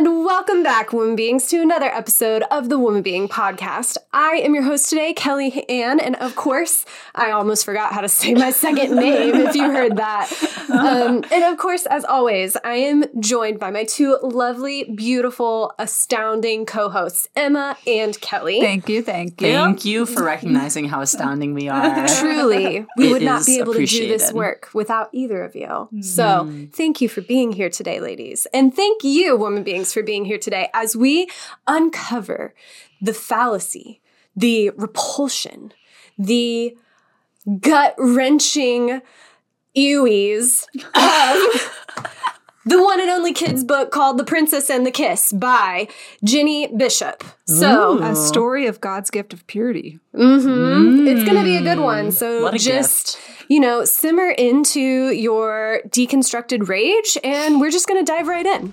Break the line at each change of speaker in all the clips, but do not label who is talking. Welcome back, woman beings, to another episode of the Woman Being Podcast. I am your host today, Kelly Ann, and of course, I almost forgot how to say my second name if you heard that. Um, and of course, as always, I am joined by my two lovely, beautiful, astounding co hosts, Emma and Kelly.
Thank you, thank you.
Thank you for recognizing how astounding we are.
Truly, we
It
would not
is
be able to do this
appreciated. Mm.
work without either of you. So, thank you for being here today, ladies. And thank you, woman beings, for being here today as we uncover the fallacy, the repulsion, the gut wrenching ewies of. The one and only kids book called The Princess and the Kiss by Ginny Bishop. So,
Ooh.
A story of God's gift of purity.
hmm It's going to be a good one. So
Mm. What a
just, you know, simmer into your deconstructed rage and we're just going to dive right in.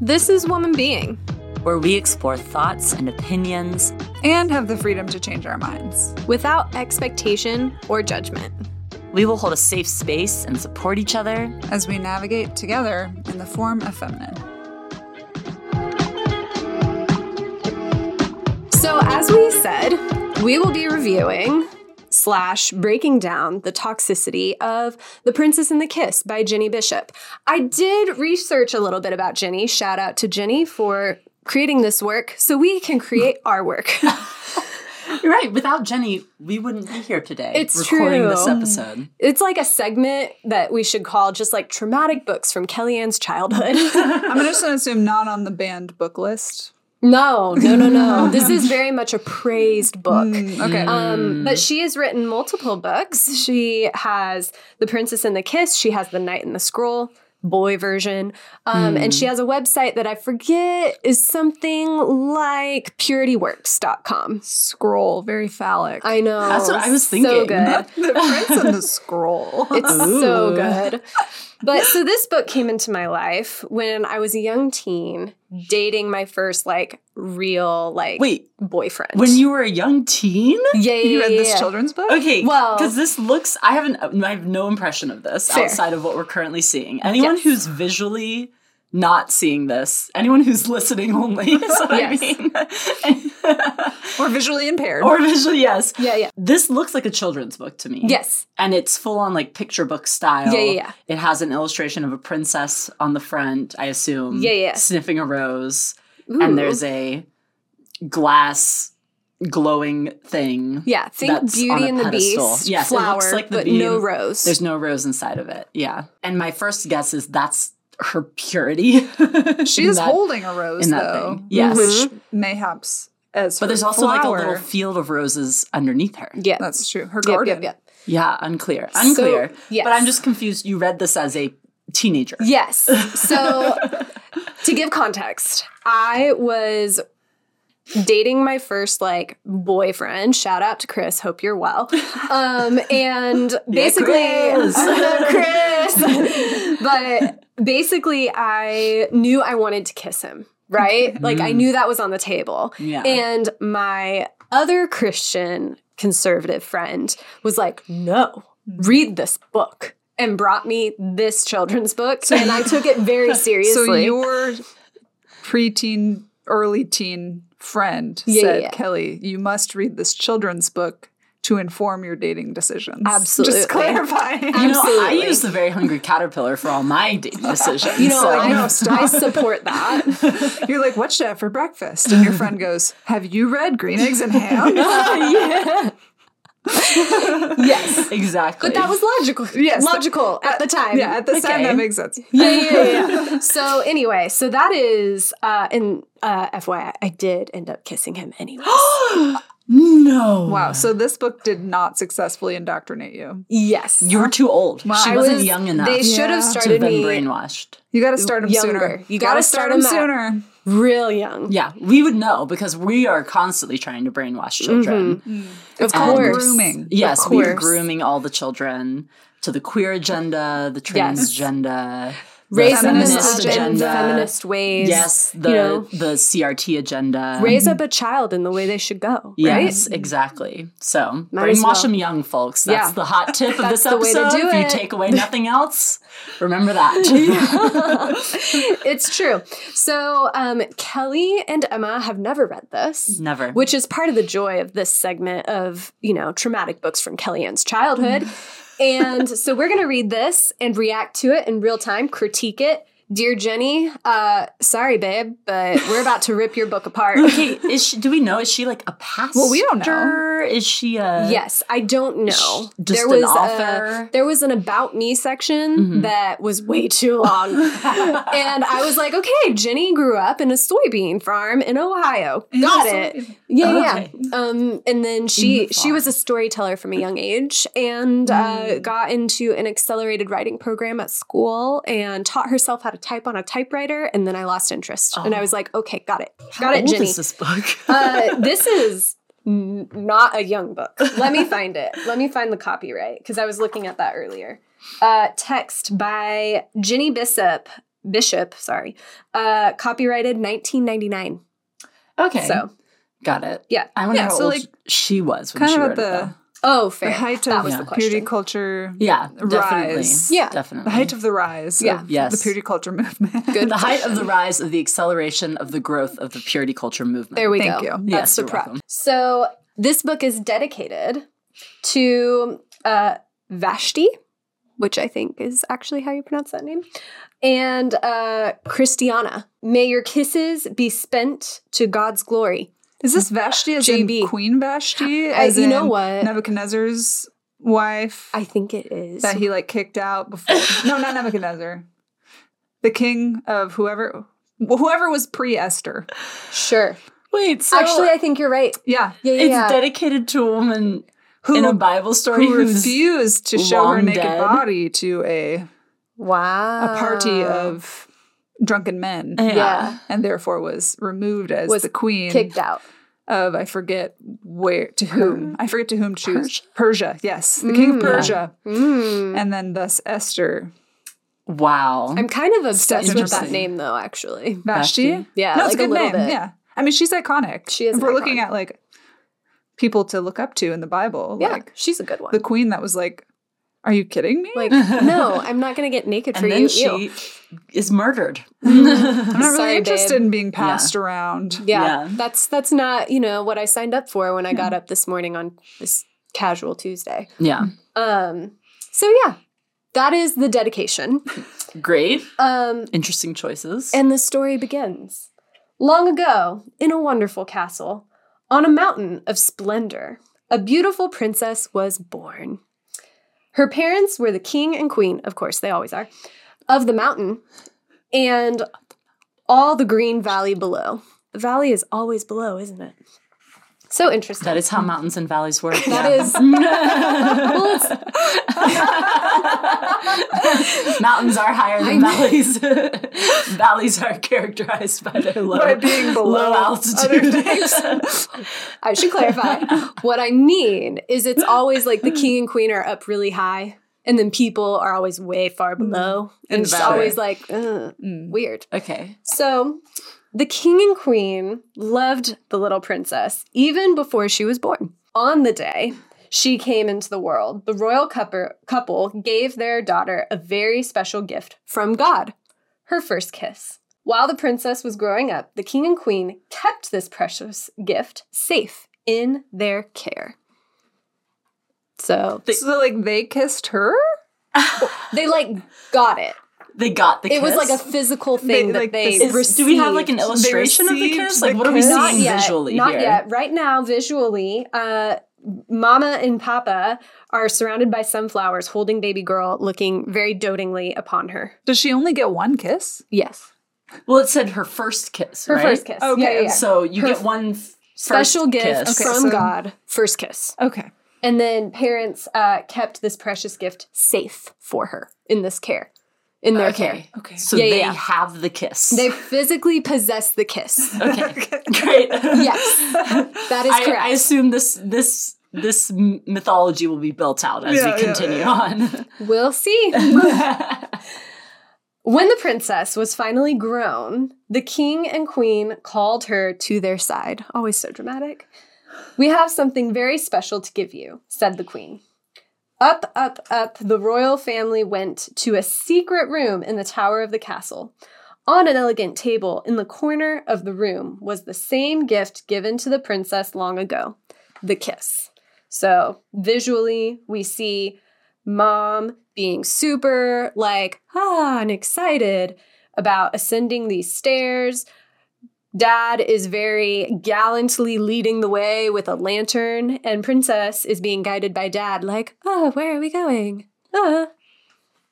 This is Woman Being.
Where we explore thoughts and opinions.
And have the freedom to change our minds.
Without expectation or judgment.
We will hold a safe space and support each other.
As we navigate together in the form of feminine.
So, as we said, we will be reviewing slash breaking down the toxicity of The Princess and the Kiss by Jenny Bishop. I did research a little bit about Jenny. Shout out to Jenny for creating this work so we can create our work.
You're right. Without Jenny, we wouldn't be here today.
It's
recording
true.
this episode.
it's like a segment that we should call just like traumatic books from Kellyanne's childhood.
I'm just going to assume not on the banned book list.
no, no, no, no. this is very much a praised book.
Okay.
Mm. Hmm.
Um, but she has written multiple books. She has The Princess and the Kiss. She has The Knight and the Scroll, boy version. Um, And
Hmm.
she has a website that I forget is something like purityworks.com.
scroll, very phallic.
I know.
That's what I was
So
thinking.
good.
the prince and the scroll.
It's so
Ooh.
good. But so this book came into my life when I was a young teen dating my first like real like
Wait,
boyfriend.
when you were a young teen?
yeah, yeah,
you read
yeah,
this
yeah.
children's book?
Okay,
Well-
because this looks, I haven't, I have no impression of this
Fair.
outside of what we're currently seeing. Anyone
Yes.
who's visually not seeing this, anyone who's listening only, is what
Yes.
I mean,
Or visually impaired.
or visually, yes.
Yeah, yeah.
This looks like a children's book to me.
Yes.
And it's full on like picture book style.
Yeah, yeah, yeah.
It has an illustration of a princess on the front, I assume.
Yeah, yeah.
Sniffing a rose.
Ooh.
And there's a glass glowing thing.
Yeah, think
that's on
Beauty
a
and the
pedestal.
Beast,
Yes, it
flower,
looks like the
but
bee
no
and-
rose.
There's no rose inside of it. Yeah. And my first guess is that's her purity.
She is holding a rose,
in that
though.
thing. Yes.
Mm-hmm.
Which mayhaps as
But
her
there's also like a little
flower-
field of roses underneath her.
yeah,
That's true. Her
yep, yep,
garden.
yep.
Yeah, unclear. Unclear.
yes.
But I'm just confused. You read this as a teenager.
Yes. So, to give context, I was dating my first like boyfriend. Shout out to Chris. Hope you're well. Um, and basically,
Chris.
Chris. but basically, I knew I wanted to kiss him. Right? Like
Mm.
I knew that was on the table.
Yeah.
And my other Christian conservative friend was like, no,
Mm.
read this book. And brought me this children's book. and I took it very seriously.
So your preteen, early teen friend
Yeah,
said,
yeah, yeah.
Kelly, you must read this children's book to inform your dating decisions.
Absolutely.
Just clarifying.
You know, I
Absolutely.
use the very hungry caterpillar for all my dating decisions.
you know,
So,
I,
no, stop.
I support that.
You're like, what should I have for breakfast? And your friend goes, Have you read Green Eggs and Ham?
yeah. yes.
exactly.
But that was logical.
Yes.
Logical at the time.
yeah, at the time that makes sense.
yeah, yeah, yeah, yeah. so anyway, so that is uh and uh FYI, I did end up kissing him anyway.
no.
Wow. So this book did not successfully indoctrinate you.
yes.
You were too old. she
I
wasn't young enough
They
to
should
Yeah.
have
To
have
started
been
me
brainwashed.
You got to start them
Younger.
sooner.
You gotta start
'em
'em up.
sooner.
real young.
Yeah, we would know because we are constantly trying to brainwash children.
Mm-hmm. Of
Called
course.
grooming.
Yes, we are
course.
grooming all the children to the queer agenda, the
Yes.
transgender,
raise up an
feminist
agenda,
agenda.
feminist ways.
Yes, the
you know,
the CRT agenda.
raise up a child in the way they should go.
Yes, exactly. So
Might as
brainwash
well.
them young, folks. That's
Yeah.
the hot tip of
That's
this
the way to
episode.
do
if you
it.
take away nothing else, remember that.
it's true. So um, Kelly and Emma have never read this.
Never.
Which is part of the joy of this segment of, you know, traumatic books from Kellyanne's childhood. and so we're going to read this and react to it in real time, critique it. Dear Jenny, uh, sorry, babe, but we're about to rip your book apart.
Okay, is she, do we know? Is she like a pastor?
we don't know.
Is she a
Yes, I don't know.
Just
there
an Mm-hmm.
was
author?
A, there was an about me section that was way too long, and I was like, okay, Jenny grew up in a soybean farm in Ohio. Got it. Yeah,
Okay.
yeah. Um, and then she
the
she was a storyteller from a young age and uh,
Mm.
got into an accelerated writing program at school and taught herself how to type on a typewriter. And then I lost interest, and I was like, okay, got it, got
Oh. How
it,
old
Jenny
Is this book?
uh, this is n- not a young book. Let me find it. Let me find the copyright because I was looking at that earlier. Uh, text by Ginny Bishop. Bishop, sorry. Uh, copyrighted 1999.
okay,
So,
got it.
yeah.
I wonder
Yeah,
how
so,
old
like,
she was when
kind
she
of
wrote
at
it,
the-
though.
Oh, fair.
The height
that
of
was the
purity
question.
culture.
Yeah, definitely.
Rise.
Yeah.
definitely.
The height of the rise.
Yeah.
Of
Yes.
The purity culture movement.
Good.
the height of the rise of the acceleration of the growth of the purity culture movement.
There we go.
Thank you.
That's
Yes,
the
you're
prep.
welcome.
So this book is dedicated to uh, Vashti, which I think is actually how you pronounce that name, and uh, Christiana. May your kisses be spent to God's glory.
Is this Vashti as
JB.
in Queen Vashti?
I-
As
you know
in
what?
Nebuchadnezzar's wife
I think it is.
that he like kicked out before. no, not Nebuchadnezzar. The king of whoever, whoever was pre Esther.
sure.
Wait, so
actually, I think you're right.
Yeah.
Yeah, yeah.
it's
yeah.
dedicated to a woman
Who
in a Bible story
who
who's
refused to show her
long
naked
dead.
body to a a
wow.
party of drunken men,
yeah.
Uh, yeah.
and therefore was removed as
Was
the queen
kicked out.
of I forget where to whom I forget to whom she was Persia. Yes, the king of Persia,
Mm.
and then thus Esther
Wow.
I'm kind of obsessed with that
interesting.
name, though. Actually,
Vashti.
Vashti?
Yeah,
no, it's
like
a
a
good
little
name.
bit.
Yeah, I mean she's iconic.
She is
If we're
an
looking
icon.
at like people to look up to in the Bible,
yeah,
like
she's a good one.
the queen that was like, "Are you kidding me?
like, no, I'm not going to get naked for
and then
you.
she
Ew.
is murdered.
I'm not
sorry,
really interested
babe.
in being passed around."
Yeah,
Yeah.
that's that's not you know what I signed up for when I got up this morning on this casual Tuesday.
yeah.
Um, so yeah, that is the dedication.
Great.
Um,
Interesting choices.
and the story begins. Long ago, in a wonderful castle, on a mountain of splendor, a beautiful princess was born. Her parents were the king and queen, of course, they always are, of the mountain and all the green valley below. The valley is always below, isn't it? So interesting.
that is how mountains and valleys work.
That is- Well, it's-
Mountains are higher than valleys. valleys are characterized by their low,
By being below
low altitude.
I should clarify. what I mean is it's always like the king and queen are up really high, and then people are always way far below. And
And
it's
valid.
always like, Ugh, weird.
okay.
So the king and queen loved the little princess even before she was born. On the day she came into the world, the royal cupper- couple gave their daughter a very special gift from God her first kiss. While the princess was growing up, the king and queen kept this precious gift safe in their care. So
So like they kissed her.
they like got it.
They got the
It was
kiss.
like a physical thing
They,
that
like,
they
this-
Is- do we have like an
received.
illustration of the
received
kiss?
the
Like, what are we
kiss?
not
seeing
yet,
visually
not
here?
yet. Right now, visually, uh, Mama and Papa are surrounded by sunflowers, holding baby girl, looking very dotingly upon her.
Does she only get one kiss?
Yes,
Well, it said her first kiss.
her
right?
first kiss.
Okay.
Yeah, yeah, yeah.
So you
Her
get one f-
special
first
gift
kiss.
Okay,
from
so-
God, first kiss,
Okay.
and then parents uh, kept this precious gift safe for her in this care, in their care.
Okay.
Okay.
So
Yeah, yeah,
they
yeah.
have the kiss.
They physically possess the kiss.
okay. Great.
Yes, that is
I,
correct.
I assume this this this m- mythology will be built out as
Yeah,
we
yeah,
continue
yeah.
We'll see.
on.
When the princess was finally grown, the king and queen called her to their side. Always so dramatic. We have something very special to give you, said the queen. Up, up, up, the royal family went to a secret room in the tower of the castle. On an elegant table in the corner of the room was the same gift given to the princess long ago the kiss. So visually, we see mom being super like, ah, and excited about ascending these stairs. Dad is very gallantly leading the way with a lantern, and Princess is being guided by Dad, like, oh, where are we going? Ah.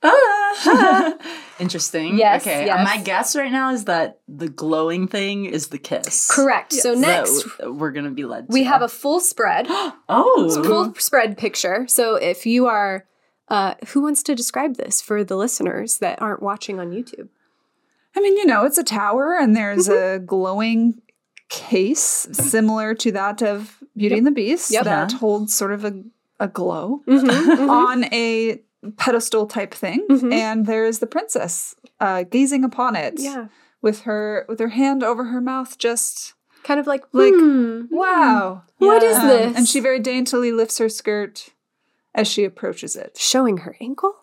Ah. Interesting.
Yes,
Okay. Uh,
yes.
My guess right now is that the glowing thing is the kiss.
Correct. So
That
next,
w- we're gonna be led.
we
to.
have a full spread,
oh
full spread picture. So if you are, uh, who wants to describe this for the listeners that aren't watching on YouTube?
I mean, you know, it's a tower and there's
Mm-hmm.
a glowing case similar to that of Beauty and the Beast
Yep. Uh-huh.
that
Yeah.
holds sort of a, a glow
Mhm.
on a pedestal type thing.
Mhm.
And there is the princess uh, gazing upon it
yeah,
with her with her hand over her mouth, just
kind of like
Like-
hmm,
wow.
What
Yeah.
is
Um,
this?
and she very daintily lifts her skirt as she approaches it.
showing her ankle.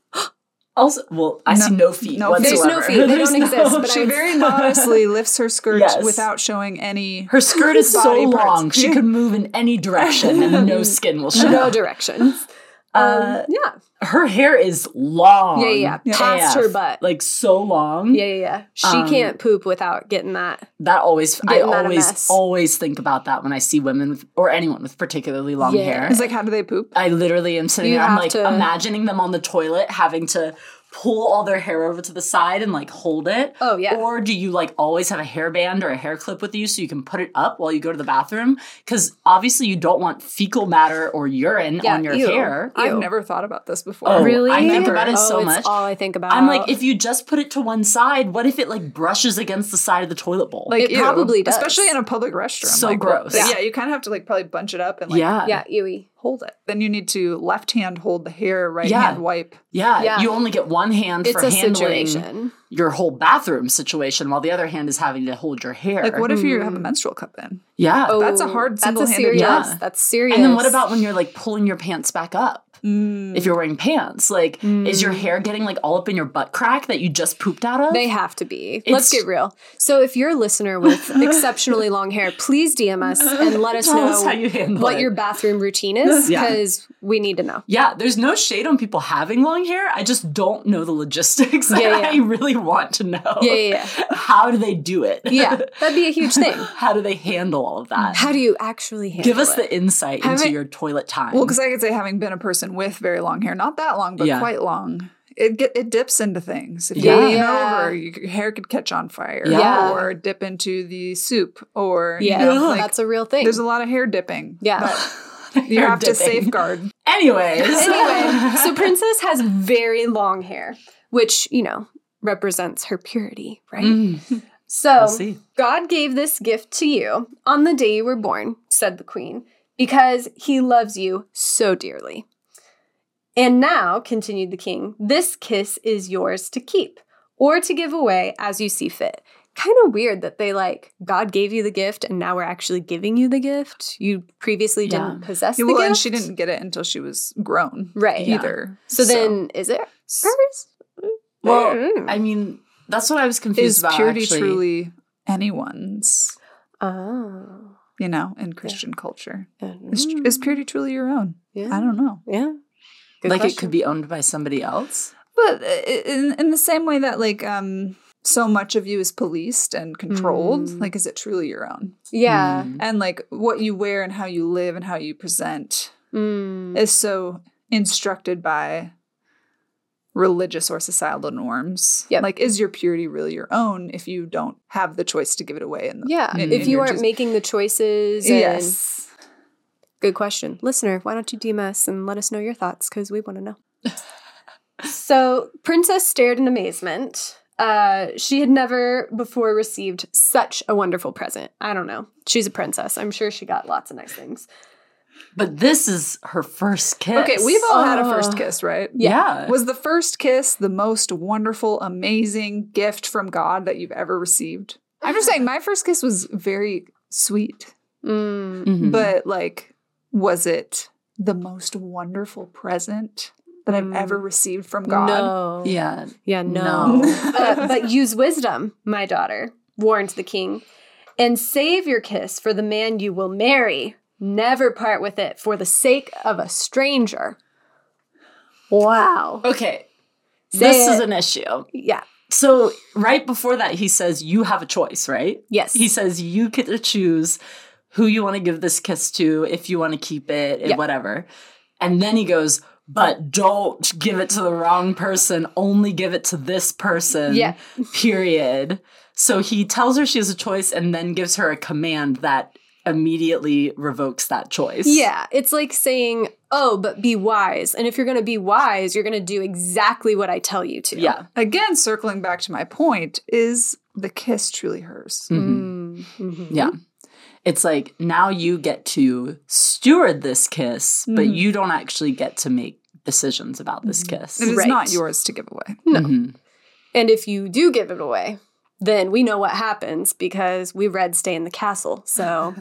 Also, well, I
No-
see no feet.
no feet.
There's no
whatsoever.
feet. They
There's
don't exist, but
She
I-
very modestly lifts her skirt
Yes.
without showing any
Her skirt is so
Body parts.
long; she could move in any direction, and no skin will show.
No directions. Um,
Uh,
yeah.
her hair is long.
Yeah, yeah, yeah. Past
AF,
her butt.
like so long.
Yeah, yeah, yeah. She
Um,
can't poop without getting that.
That always, I
Getting that a
always,
mess.
always think about that when I see women with, or anyone with particularly long
Yeah.
hair.
It's like how do they poop?
I literally am sitting
You
there. I'm
have
like
to-
imagining them on the toilet having to pull all their hair over to the side and like hold it.
Oh, yeah.
Or do you like always have a hairband or a hair clip with you so you can put it up while you go to the bathroom? Because obviously you don't want fecal matter or urine
Yeah,
on your
ew.
hair.
I've
Ew.
never thought about this before.
Oh,
really?
I think about it so
oh,
much.
It's all I think about.
I'm like, if you just put it to one side, what if it like brushes against the side of the toilet bowl?
Like
It probably does.
especially in a public restroom.
So
like,
gross.
like,
Yeah.
yeah, you kind of have to like probably bunch it up and like
yeah.
yeah, ewy.
hold it. Then you need to left hand hold the hair, right
Yeah.
hand wipe.
Yeah,
Yeah.
you only get one hand
It's
for
a
handling
situation.
your whole bathroom situation, while the other hand is having to hold your hair.
Like what if you have a menstrual cup in?
yeah.
Oh,
that's a hard
That's a
single-handed
serious.
job.
That's serious.
and then what about when you're like pulling your pants back up?
Mm.
If you're wearing pants, like is your hair getting like all up in your butt crack that you just pooped out of?
They have to be. Let's
It's-
get real. So, if you're a listener with exceptionally long hair, please DM us and let us
Tell
know
us how you handle
what
it.
your bathroom routine is
Yeah.
because we need to know.
yeah, there's no shade on people having long hair. I just don't know the logistics. and
Yeah, yeah.
I really want to know.
Yeah, yeah,
How do they do it?
yeah. Yeah, that'd be a huge thing.
How do they handle all of that?
How do you actually handle
Give
it?
us the insight into
Haven't-
your toilet time.
Well, because I could say having been a person with very long hair, not that long, but
Yeah.
quite long, it get, it dips into things. If
Yeah.
you lean
Yeah.
over, your hair could catch on fire,
Yeah.
or dip into the soup, or you
Yeah,
know, like,
that's a real thing.
there's a lot of hair dipping.
Yeah.
but you
Hair
have to
dipping.
safeguard.
Anyways.
anyway, so Princess has very long hair, which, you know, represents her purity, right?
Mm,
So,
we'll see.
God gave this gift to you on the day you were born, said the queen, because he loves you so dearly. And now, continued the king, this kiss is yours to keep or to give away as you see fit. Kind of weird that they like, God gave you the gift and now we're actually giving you the gift. You previously didn't possess the
well,
gift.
and she didn't get it until she was grown,
Right. Yeah.
Either.
So, then, is it hers?
Well,
Mm.
I mean, that's what I was confused
is
about.
purity
actually.
truly anyone's?
Oh.
You know, in Christian culture, is,
Mm.
is purity truly your own?
yeah.
I don't know.
yeah. Good
like it
question.
could be owned by somebody else.
But i- in in the same way that like um so much of you is policed and controlled,
Mm.
like is it truly your own?
Yeah.
Mm.
And like what you wear and how you live and how you present
Mm.
is so instructed by religious or societal norms.
Yep.
Like is your purity really your own if you don't have the choice to give it away in the
Yeah.
in-
if
in
you
your
aren't
just-
making the choices. And,
Yes.
Good question. Listener, why don't you DM us and let us know your thoughts because we want to know. so, Princess stared in amazement. Uh, she had never before received such a wonderful present. I don't know. She's a princess. I'm sure she got lots of nice things.
But this is her first kiss.
Okay, we've all had a
Oh.
first kiss, right?
yeah.
Was the first kiss the most wonderful, amazing gift from God that you've ever received? I'm just saying, my first kiss was very sweet,
Mm.
Mhm.
but like, was it the most wonderful present that I've
Mm.
ever received from God?
No.
yeah,
Yeah,
No.
no. but, Uh, but use wisdom, my daughter, warned the king, and save your kiss for the man you will marry. Never part with it for the sake of a stranger. Wow.
Okay.
Say
this is
it.
an issue.
Yeah.
So right before that, he says, "You have a choice, right?"
Yes.
He says, "You get to choose who you want to give this kiss to, if you want to keep it, and
Yeah.
whatever." And then he goes, "But don't give it to the wrong person. Only give it to this person."
Yeah.
Period. So he tells her she has a choice, and then gives her a command that immediately revokes that choice.
Yeah, it's like saying, "Oh, but be wise." And if you're going to be wise, you're going to do exactly what I tell you to.
Yeah.
Again, circling back to my point, is the kiss truly hers?
Mm.
Mhm.
Mm-hmm.
Yeah. It's like now you get to steward this kiss, but
Mm-hmm.
Mhm.
you don't actually get to make decisions about this kiss.
It is
Right. Mm.
not yours to give away.
Mm-hmm. No.
Mhm.
And if you do give it away, then we know what happens because we read Stay in the Castle. So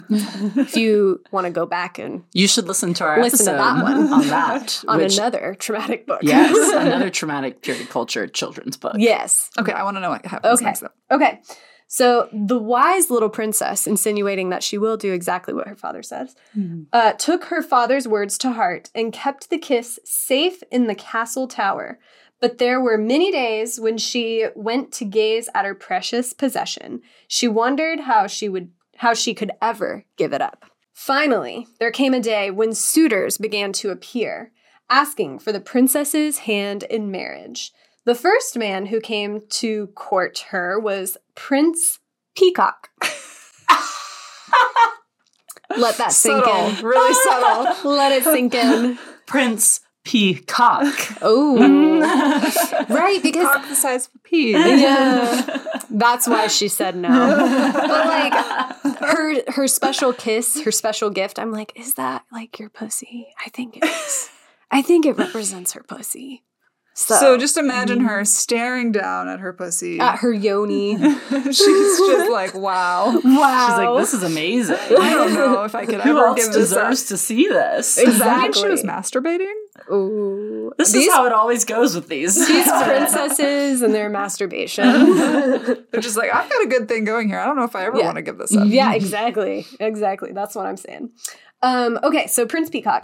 if you want to go back and
You should listen to our
Listen to
episode
that one.
on that.
on
which-
another traumatic book.
yes, another traumatic period culture children's book.
yes.
Okay, I want to know what happens
Okay.
next. Though.
Okay. So the wise little princess, insinuating that she will do exactly what her father says,
Hmm.
uh, took her father's words to heart and kept the kiss safe in the castle tower. But there were many days when she went to gaze at her precious possession. She wondered how she would how she could ever give it up. Finally, there came a day when suitors began to appear, asking for the princess's hand in marriage. The first man who came to court her was Prince Peacock. Let that sink in.
Subtle, really subtle.
Let it sink in.
Prince Peacock.
Oh, right, because
Cock the size of a pea.
yeah, that's why she said no. But like her her special kiss, her special gift. I'm like, is that like your pussy? I think it is. I think it represents her pussy. So,
So, just imagine her staring down at her pussy.
at her yoni. Wow.
She's just like, wow.
She's like, this is amazing.
I don't know if I could
Who
ever
else
give this up.
deserves to see this?
Does that mean she was
Exactly.
masturbating?
Ooh.
This
These
is how it always goes with these.
these princesses and their masturbation.
They're just like, I've got a good thing going here. I don't know if I ever
Yeah.
want to give this up.
Yeah, exactly. Exactly. That's what I'm saying. Um, okay, so Prince Peacock.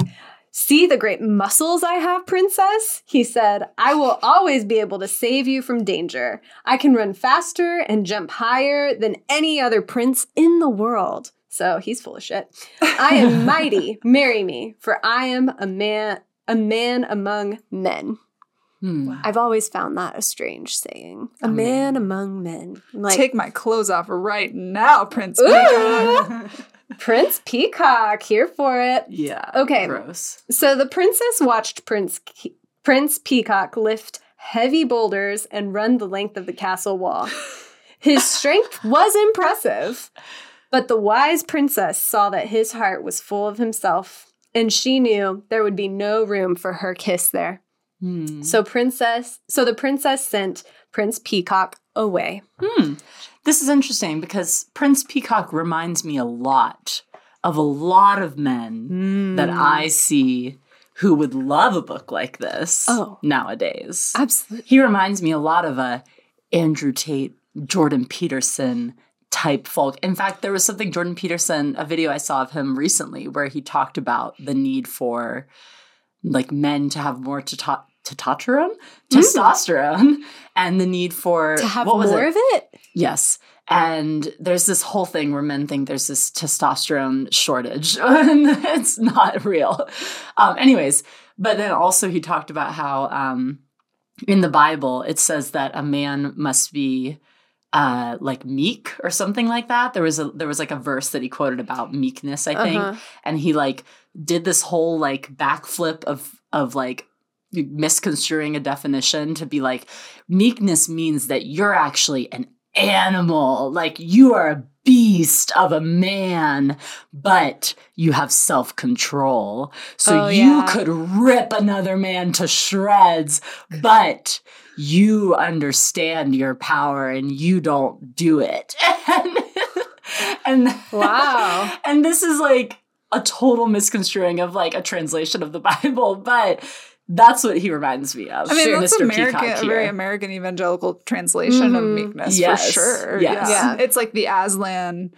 See the great muscles I have, princess? He said, I will always be able to save you from danger. I can run faster and jump higher than any other prince in the world. So he's full of shit. I am mighty. Marry me, for I am a man a man among men.
Hmm.
I've always found that a strange saying. A
Among
man among men. I'm Like
Take my clothes off right now, Prince
Ooh.
Peacock.
Prince Peacock, here for it.
Yeah.
Okay.
Gross.
So the princess watched Prince Ke- Prince Peacock lift heavy boulders and run the length of the castle wall. His strength was impressive, but the wise princess saw that his heart was full of himself, and she knew there would be no room for her kiss there.
Hmm.
So princess, so the princess sent Prince Peacock away.
Hmm. This is interesting because Prince Peacock reminds me a lot of a lot of men
Hmm.
that I see who would love a book like this
Oh.
nowadays.
absolutely
he reminds me a lot of a Andrew Tate, Jordan Peterson type folk. In fact, there was something Jordan Peterson, a video I saw of him recently where he talked about the need for like men to have more teto- testosterone, testosterone, and the need for
Hmm. to have
what was
more
it?
of it.
Yes. And there's this whole thing where men think there's this testosterone shortage. and it's not real. Um, anyways, but then also he talked about how um, in the Bible it says that a man must be uh, like meek or something like that. There was a there was like a verse that he quoted about meekness, I think
Uh-huh.
and he like did this whole like backflip of of like misconstruing a definition to be like meekness means that you're actually an animal like you are a beast of a man, but you have self control. So
Oh,
you
yeah.
could rip another man to shreds, but you understand your power and you don't do it. And, and
Wow.
and this is like a total misconstruing of like a translation of the Bible, but that's what he reminds me of.
I mean, that's
Mr.
American,
Peacock
a very
here. Mm-hmm.
American evangelical translation of
Mhm.
meekness
Yes,
for sure.
yes.
Yeah.
Yeah.
It's like the Aslan,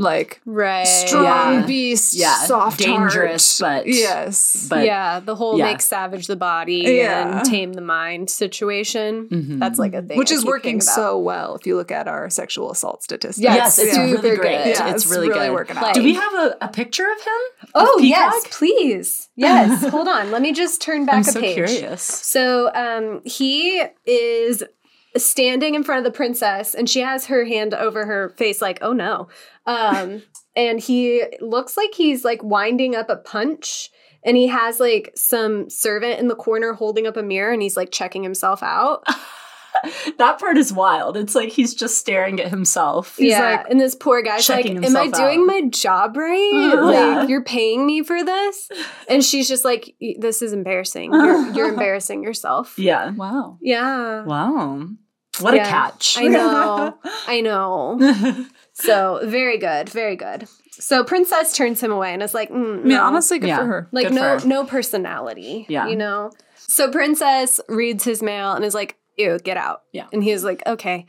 like
Right.
strong
Eh, Yeah.
beast,
Yeah.
soft
Dangerous,
heart.
but-
yes.
But
yeah, the whole
yeah.
make savage the body
Yeah.
and tame the mind situation.
Mhm.
That's like a thing.
which
I
is
keep
working
thinking about.
so well if you look at our sexual assault statistics.
yes, it's
yeah.
really
super
great.
good.
Yeah,
it's really, good.
working
Like-
out.
Do we have a, a picture of him?
Oh
Of
yes,
Peacock?
please. Yes. Hold on. Let me just turn back
I'm
a
so
page.
curious.
So um, he is standing in front of the princess, and she has her hand over her face, like, "Oh no!" Um, and he looks like he's like winding up a punch, and he has like some servant in the corner holding up a mirror, and he's like checking himself out.
That part is wild. It's like he's just staring at himself.
He's,
yeah,
like,
and this poor guy's like,
checking
"Am I
himself
doing
out." Uh-huh.
my job right?
Yeah.
Like, you're paying me for this?" And she's just like, "Y- "This is embarrassing. You're, you're embarrassing yourself."
Yeah.
Wow.
Yeah.
Wow. What a
Yeah.
catch.
I know. I know. So very good, very good. So princess turns him away and is like, mm,
I mean,
no.
honestly, good
Yeah.
for her.
like
good
no
for her.
no personality.
Yeah.
you know. So princess reads his mail and is like, "Ew, get out."
Yeah.
and he's like, "Okay."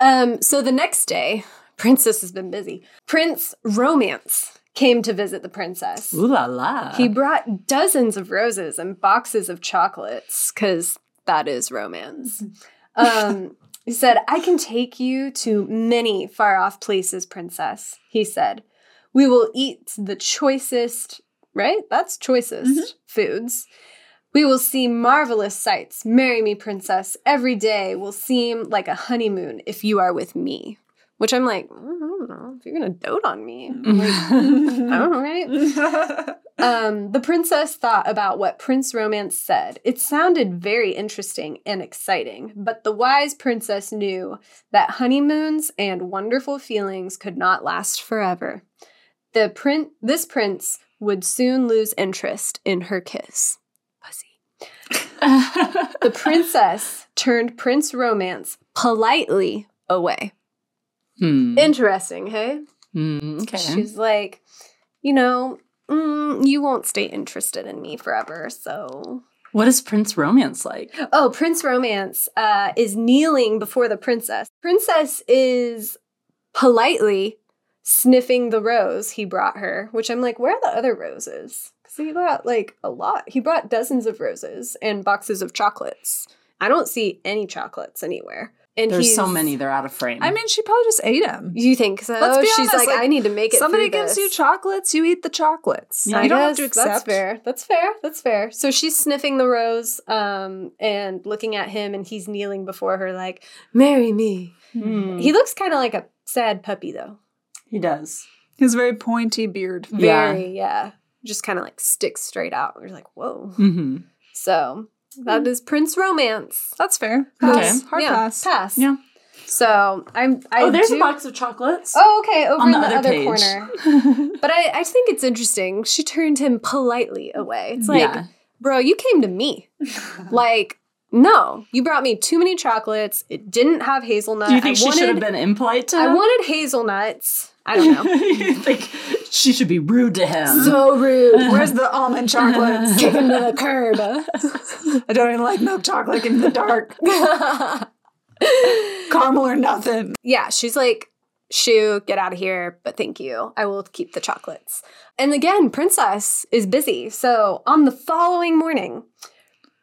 Um. So the next day, princess has been busy. Prince Romance came to visit the princess.
Ooh la la.
He brought dozens of roses and boxes of chocolates because that is romance. Um, he said, I can take you to many far off places, princess. He said, We will eat the choicest, right? That's choicest foods. We will see marvelous sights. Marry me, princess. Every day will seem like a honeymoon if you are with me. Which I'm like, "Mm, I don't know. If you're going to dote on me,
Mm-hmm.
all right. Um, the princess thought about what Prince Romance said. It sounded very interesting and exciting, but the wise princess knew that honeymoons and wonderful feelings could not last forever. The prin- this prince would soon lose interest in her kiss. Pussy. The princess turned Prince Romance politely away.
Hmm.
Interesting, hey?
Hmm, okay.
She's like, you know, mm, you won't stay interested in me forever, so
What is Prince Romance like?
Oh, Prince Romance uh, is kneeling before the princess. Princess is politely sniffing the rose he brought her, which I'm like, where are the other roses? Because he brought like a lot. He brought dozens of roses and boxes of chocolates. I don't see any chocolates anywhere. And
There's so
he's-
many, they're out of frame.
I mean, she probably just ate him.
You think so?
Let's be
She's
honest,
like,
like,
I need to make it.
Somebody
through
gives
this.
you chocolates, you eat the chocolates.
Yeah,
you don't
I
have to
guess
accept.
That's fair. That's fair. That's fair. So she's sniffing the rose um, and looking at him, and he's kneeling before her, like, Marry me.
Hmm.
He looks kind of like a sad puppy, though.
He does.
His very pointy beard.
Yeah.
Very, yeah. Just kind of like sticks straight out. You're like, Whoa.
Mm-hmm.
So that is Prince Romance.
That's fair.
Mm. Okay.
Pass. Hard
yeah,
pass.
Pass.
Yeah.
So I'm. I
oh, there's
do-
a box of chocolates.
Oh, okay. Over
on
in
the, other,
other
page.
corner. But I, I think it's interesting. She turned him politely away. It's like,
yeah.
bro, you came to me. like, no, you brought me too many chocolates. It didn't have hazelnut.
Do you think
I
she
wanted,
should have been impolite to him?
I wanted hazelnuts. I don't know.
you think she should be rude to him?
so rude.
Where's the almond chocolates?
Kick him to the curb.
I don't even like milk chocolate in the dark. Caramel or nothing.
yeah, she's like, shoo, get out of here, but thank you. I will keep the chocolates. And again, Princess is busy. So on the following morning,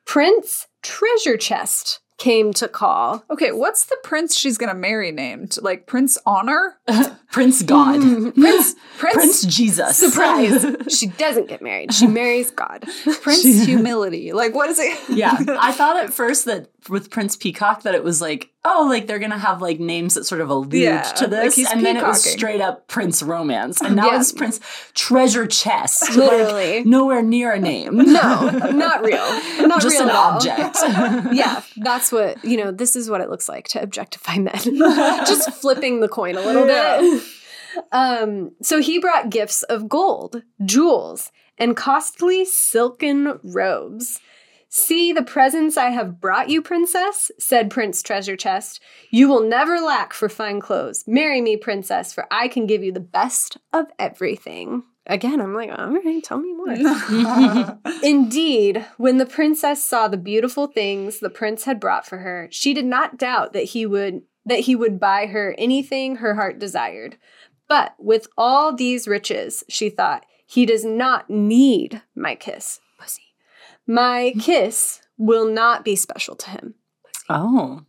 Prince Treasure Chest came to call.
Okay, what's the prince she's gonna marry named? Like Prince Honor?
Prince God.
Mm, Prince,
Prince Jesus.
Surprise! she doesn't get married. She marries God.
Prince Humility. Like what is it?
yeah. I thought at first that with Prince Peacock that it was like, oh, like they're gonna have like names that sort of allude
Yeah,
to
like
this.
he's
and then it was
peacocking.
straight up Prince Romance. And now
Yeah.
it's Prince Treasure Chest.
Literally.
Like, nowhere near a name.
No, not real. Not
Just
real
an
at all.
object.
Yeah, that's what, you know, this is what it looks like to objectify men. Just flipping the coin a little bit. Um, so he brought gifts of gold, jewels, and costly silken robes. See the presents I have brought you, princess, said Prince Treasure Chest. You will never lack for fine clothes. Marry me, princess, for I can give you the best of everything. Again, I'm like, all right, tell me more. Indeed, when the princess saw the beautiful things the prince had brought for her, she did not doubt that he would that he would buy her anything her heart desired. But with all these riches, she thought, he does not need my kiss. Pussy. My kiss will not be special to him.
Oh.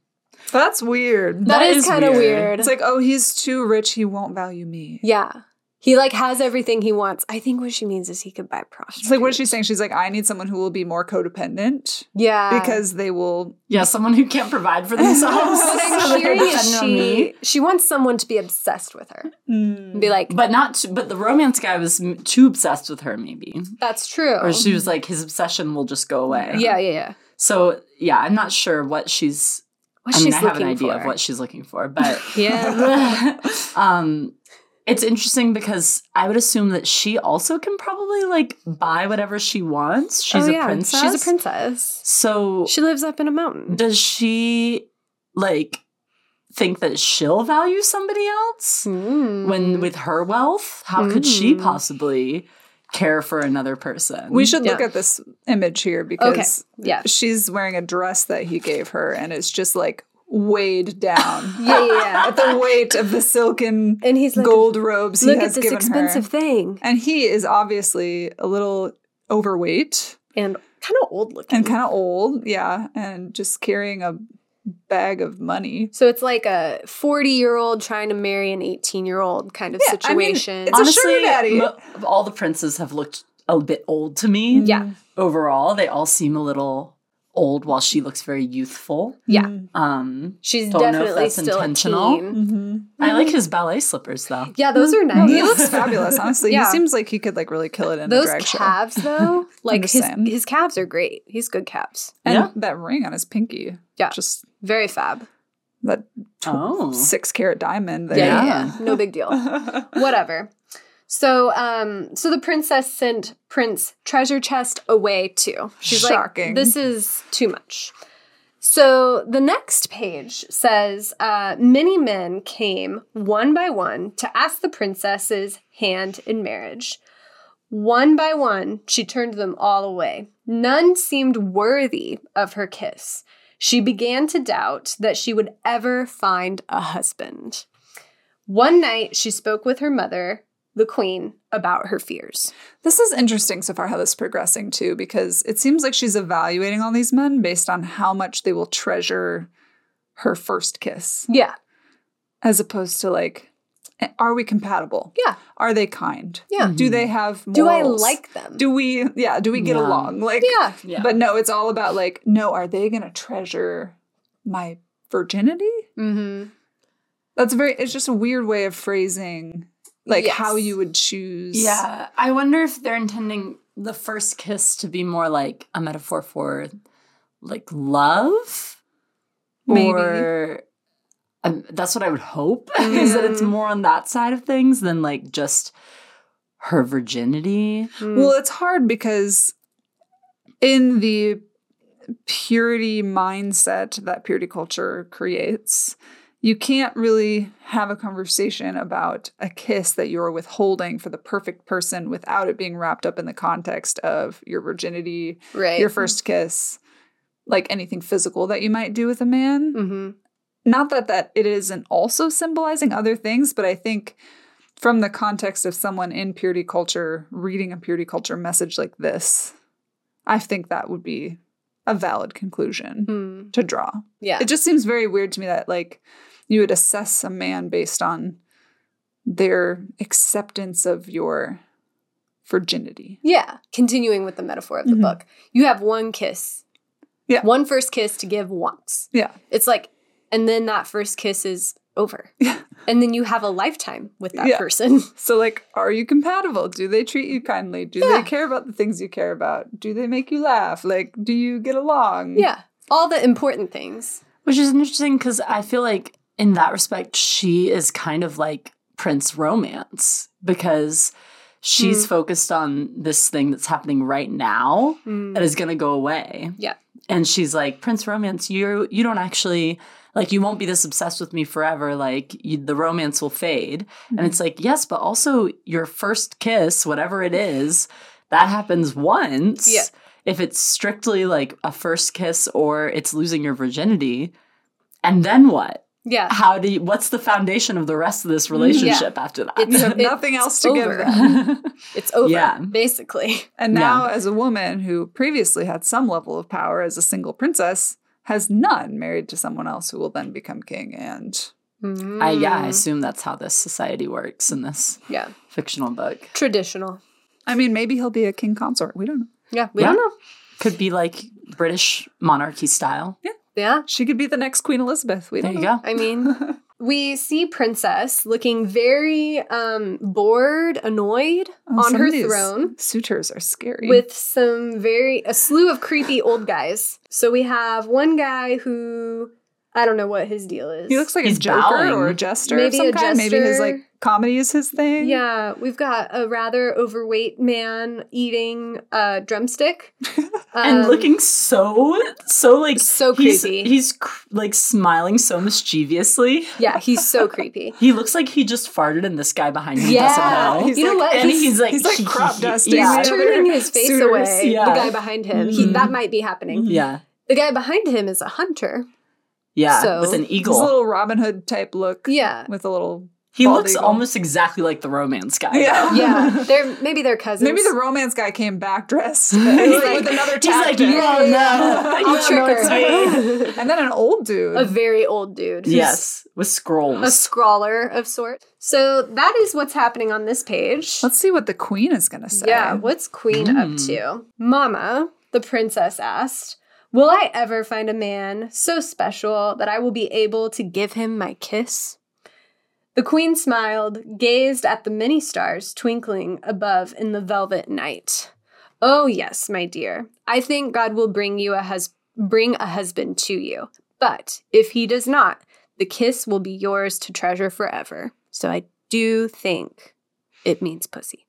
That's weird.
That
that is,
is
kind of
weird.
weird.
It's like, oh, he's too rich. He won't value me.
yeah. He like has everything he wants. I think what she means is he could buy prostitutes.
It's like, what is she saying? She's like, I need someone who will be more codependent
Yeah.
because they will.
Yeah, someone who can't provide for themselves.
what
Oh, So
I'm
they're
hearing is
dependent on me.
she she wants someone to be obsessed with her
mm,
and be like,
Mm. But not, t- but the romance guy was m- too obsessed with her, maybe.
that's true.
Or she was like, his obsession will just go away.
Oh. yeah, yeah, yeah.
So, yeah, I'm not sure what she's,
What
I mean,
she's
I have an
looking
idea
for.
of what she's looking for, but
yeah.
um, it's interesting because I would assume that she also can probably like buy whatever she wants. She's
Oh,
a
yeah.
princess.
She's a princess.
So
She lives up in a mountain.
does she like think that she'll value somebody else
Mm.
when with her wealth? How could she
Mm.
possibly care for another person?
We should look
Yeah.
at this image here because
yeah.
she's wearing a dress that he gave her and it's just like weighed down
Yeah, yeah, yeah.
at the weight of the silken
And he's like,
gold robes he
look at
has
this
given
expensive
her.
thing.
And he is obviously a little overweight
And kind of old looking.
and kind of old. Yeah. And just carrying a bag of money.
so it's like a 40 year old trying to marry an 18 year old kind of
Yeah, I mean,
situation.
it's a sugar daddy.
mo- of all the princes have looked a bit old to me.
yeah.
Overall, they all seem a little old while she looks very youthful.
Yeah.
Um
She's
Don't know if
definitely
that's
still a
intentional.
teen.
Mm-hmm.
I like his ballet slippers though.
Yeah, those are
Hmm. No,
nice.
he looks fabulous, honestly.
Yeah.
He seems like he could like really kill it in a
Those
drag show.
calves, though, like
just
his,
saying.
his calves are great. He's good calves.
And
Yeah.
that ring on his pinky.
Yeah.
Just
Very fab.
that
Oh.
six carat diamond there.
Yeah, yeah,
No big deal. Whatever. So, um, so the princess sent Prince Treasure Chest away too. She's
Shocking.
like, this is too much. So the next page says, uh, many men came one by one to ask the princess's hand in marriage. One by one, she turned them all away. None seemed worthy of her kiss. She began to doubt that she would ever find a husband. One night, she spoke with her mother, the queen, about her fears.
This is interesting so far how this is progressing too, because it seems like she's evaluating all these men based on how much they will treasure her first kiss,
Yeah.
as opposed to like, "Eh, are we compatible?
Yeah.
Are they kind?
Yeah.
Do they have morals?
Do I like them?
Hmm. Do we yeah, do we get
Hmm. Yeah.
along? Like
yeah.
Yeah.
But no, it's all about like, no, are they going to treasure my virginity?
Mm-hmm.
That's a very, it's just a weird way of phrasing like
Yes.
how you would choose.
Yeah, I wonder if they're intending the first kiss to be more like a metaphor for like love,
Maybe.
or um, that's what I would hope is that it's
Mm.
more on that side of things than like just her virginity.
Mm-hmm.
Well, it's hard because in the purity mindset that purity culture creates, you can't really have a conversation about a kiss that you're withholding for the perfect person without it being wrapped up in the context of your virginity,
right.
your first kiss, like anything physical that you might do with a man.
Mm-hmm.
Not that that it isn't also symbolizing other things, but I think from the context of someone in purity culture reading a purity culture message like this, I think that would be a valid conclusion
Mm.
to draw.
Yeah.
It just seems very weird to me that like you would assess a man based on their acceptance of your virginity.
Yeah. Continuing with the metaphor of the
Mhm.
book, you have one kiss.
Yeah.
One first kiss to give once.
Yeah.
It's like, and then that first kiss is over.
Yeah.
And then you have a lifetime with that
Yeah.
person.
So, like, are you compatible? Do they treat you kindly? Do
Yeah.
they care about the things you care about? Do they make you laugh? Like, do you get along?
Yeah. All the important things.
Which is interesting because I feel like in that respect, she is kind of like prince romance because she's focused on this thing that's happening right now
Mm.
that is going to go away.
Yeah.
And she's like, Prince Romance, you you don't actually like you won't be this obsessed with me forever. Like you, the romance will fade.
Mm-hmm.
And it's like, yes, but also your first kiss, whatever it is, that happens once.
Yeah.
If it's strictly like a first kiss or it's losing your virginity, and then what?
Yeah.
How do you, what's the foundation of the rest of this relationship after that?
You have
It's
nothing else to give
over.
them.
It's over,
Yeah.
basically.
And
Yeah.
now, as a woman who previously had some level of power as a single princess, has none married to someone else who will then become king. And Mm.
I yeah,
mm.
I assume that's how this society works in this
Yeah.
fictional book.
Traditional.
I mean, maybe he'll be a king consort. We don't know.
Yeah. We
Yeah.
don't know.
Could be like British monarchy style.
Yeah.
She could be the next Queen Elizabeth. We
There
don't
you
know.
go.
I mean, we see Princess looking very um, bored, annoyed
Oh,
on
some
her
of these
throne
Suitors are scary.
with some very, a slew of creepy old guys. So we have one guy who, I don't know what his deal is.
he looks like
He's
a joker
bowing.
or a jester
Maybe
of some
a
kind. Maybe his like
jester.
comedy is his thing.
Yeah, we've got a rather overweight man eating a drumstick
and
Um,
looking so so like
so
he's,
creepy.
He's cr- like smiling so mischievously.
Yeah, he's so creepy.
He looks like he just farted, and this guy behind him
Yeah.
doesn't know.
He's You know what?
and he's, like
he's like
hee,
crop
hee,
dusting.
Yeah.
He's turning his face
Suitors,
away.
yeah. Mm-hmm.
The guy behind him. He,
Mhm.
that might be happening.
yeah,
The guy behind him is a hunter.
yeah,
So-
with an
His
eagle.
little Robin Hood type look
Yeah.
with a little.
he
bald
looks
eagle.
almost exactly like the romance guy.
Yeah.
though.
Yeah. They're maybe they're cousins.
Maybe the romance guy came back dressed
like-
with another
He's like,
tactic.
you
Yeah, yeah,
don't know. You
I'll
don't know
trick
it's me.
her.
and then an old dude.
a very old dude. who's
Yes, with scrolls.
A scrawler of sort. So that is what's happening on this page.
Let's see what the queen is going to say.
Yeah, what's Queen up
Mm.
to? Mama, the princess asked, Will I ever find a man so special that I will be able to give him my kiss? The queen smiled, gazed at the many stars twinkling above in the velvet night. Oh, yes, my dear. I think God will bring you a hus- bring a husband to you. But if he does not, the kiss will be yours to treasure forever. So I do think it means pussy.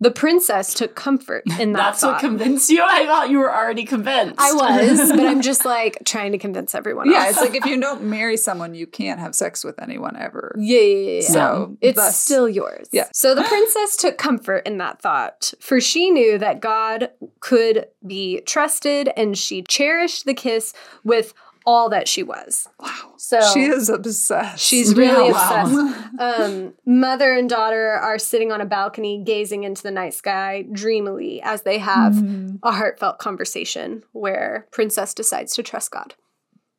the princess took comfort in that
That's what
thought.
convinced you. I thought you were already convinced.
I was, but I'm just like trying to convince everyone
Yeah,
else.
it's like if you don't marry someone, you can't have sex with anyone ever.
Yeah, yeah, yeah, yeah.
So
It's
thus-
still yours.
Yeah.
So the princess took comfort in that thought, for she knew that God could be trusted and she cherished the kiss with all that she was.
Wow.
So
she is obsessed.
she's really
Yeah, wow.
obsessed. Um, mother and daughter are sitting on a balcony gazing into the night sky dreamily as they have
Mm-hmm.
Mhm.
a heartfelt conversation where princess decides to trust God.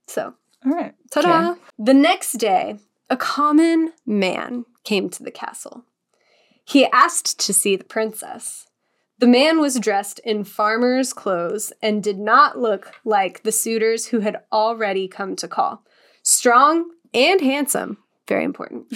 So
All right.
Ta-da! The next day, a common man came to the castle. He asked to see the princess. The man was dressed in farmer's clothes and did not look like the suitors who had already come to call. Strong and handsome, very important.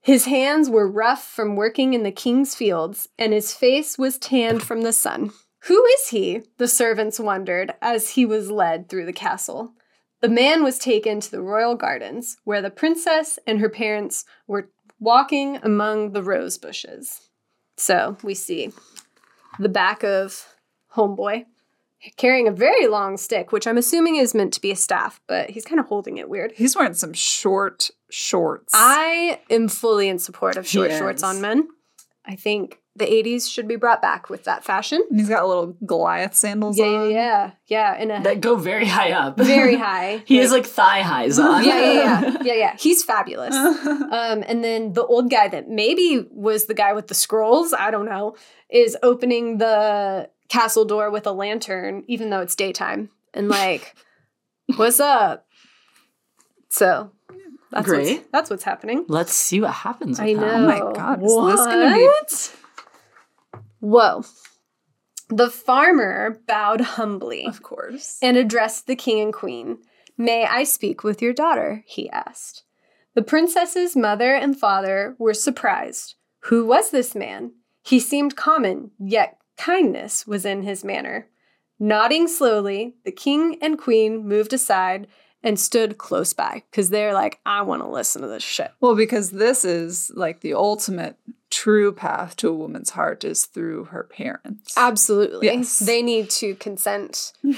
his hands were rough from working in the king's fields, and his face was tanned from the sun. Who is he? The servants wondered as he was led through the castle. The man was taken to the royal gardens, where the princess and her parents were walking among the rose bushes. So we see the back of Homeboy carrying a very long stick, which I'm assuming is meant to be a staff, but he's kind of holding it weird.
He's wearing some short shorts.
I am fully in support of short
Yes.
shorts on men. I think the 80s should be brought back with that fashion.
and he's got little Goliath sandals
Yeah, yeah,
on.
yeah. Yeah, in a
that go very high up.
very high.
He has like thigh highs on.
yeah, yeah, yeah, yeah, yeah. He's fabulous. Um, and then the old guy that maybe was the guy with the scrolls, I don't know, is opening the castle door with a lantern, even though it's daytime, and like, what's up? So that's What's,
Great.
that's what's happening.
Let's see what happens. With
I
oh
know.
my god, is this gonna be
Whoa. The farmer bowed humbly
Of course.
and addressed the king and queen. May I speak with your daughter? he asked. The princess's mother and father were surprised. Who was this man? He seemed common, yet kindness was in his manner. Nodding slowly, the king and queen moved aside and stood close by because they're like, I want to listen to this shit.
Well, because this is like the ultimate true path to a woman's heart is through her parents.
Absolutely.
Yes.
They need to consent so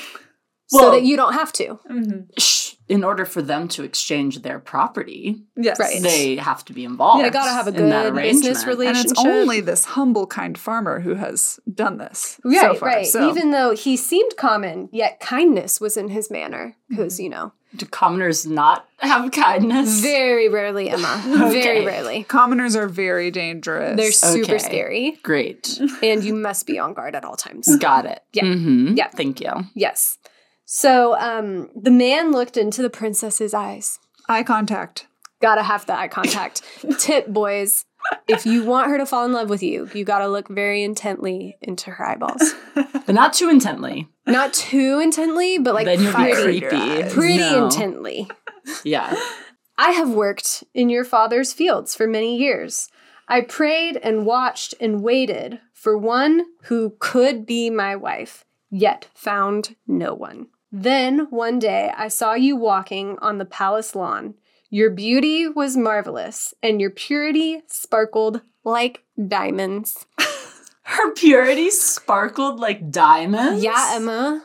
Well-
that you don't have to.
Mhm.
Shh. In order for them to exchange their property,
Yes.
Right.
they have to be involved.
They gotta have a
in that
good business
arrangement.
And it's
relationship.
only this humble, kind farmer who has done this
Right,
so far.
right.
So
Even though he seemed common, yet kindness was in his manner.
Mm-hmm.
Because, you know,
Do commoners not have kindness?
very rarely, Emma. Very
Okay.
rarely.
commoners are very dangerous. Uh,
They're super
Okay.
scary,
Great.
and you must be on guard at all times.
Got it.
Yeah.
Mhm.
Yeah.
Thank you.
Yes. So um, the man looked into the princess's eyes.
eye contact.
Gotta have the eye contact. Tip, boys. If you want her to fall in love with you, you gotta look very intently into her eyeballs.
But not too intently.
Not too intently, but like
then you'll
pretty,
under
be
your
creepy.
eyes.
pretty
No.
intently.
Yeah.
I have worked in your father's fields for many years. I prayed and watched and waited for one who could be my wife, yet found no one. Then one day I saw you walking on the palace lawn. Your beauty was marvelous, and your purity sparkled like diamonds.
Her purity sparkled like diamonds.
Yeah, Emma.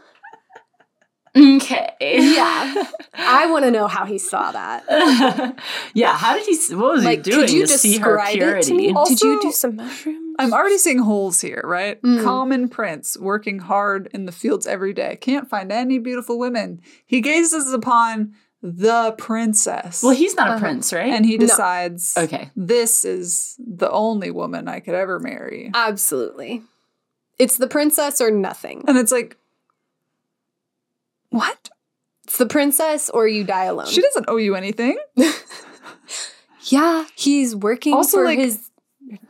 Okay.
Yeah. I want to know how he saw that.
yeah. How did he? s- What was
Like,
he doing
could you
to see her
describe it to
purity?
me? Oh. Did you
Also-
do some mushrooms?
I'm already seeing holes here, right?
Mm.
Common prince working hard in the fields every day. Can't find any beautiful women. He gazes upon the princess.
Well, he's not
Uh-huh.
a prince, right?
and he
No.
decides
okay.
this is the only woman I could ever marry.
Absolutely. It's the princess or nothing.
And it's like, what?
It's the princess or you die alone.
She doesn't owe you anything.
yeah, he's working
Also,
for
like-
his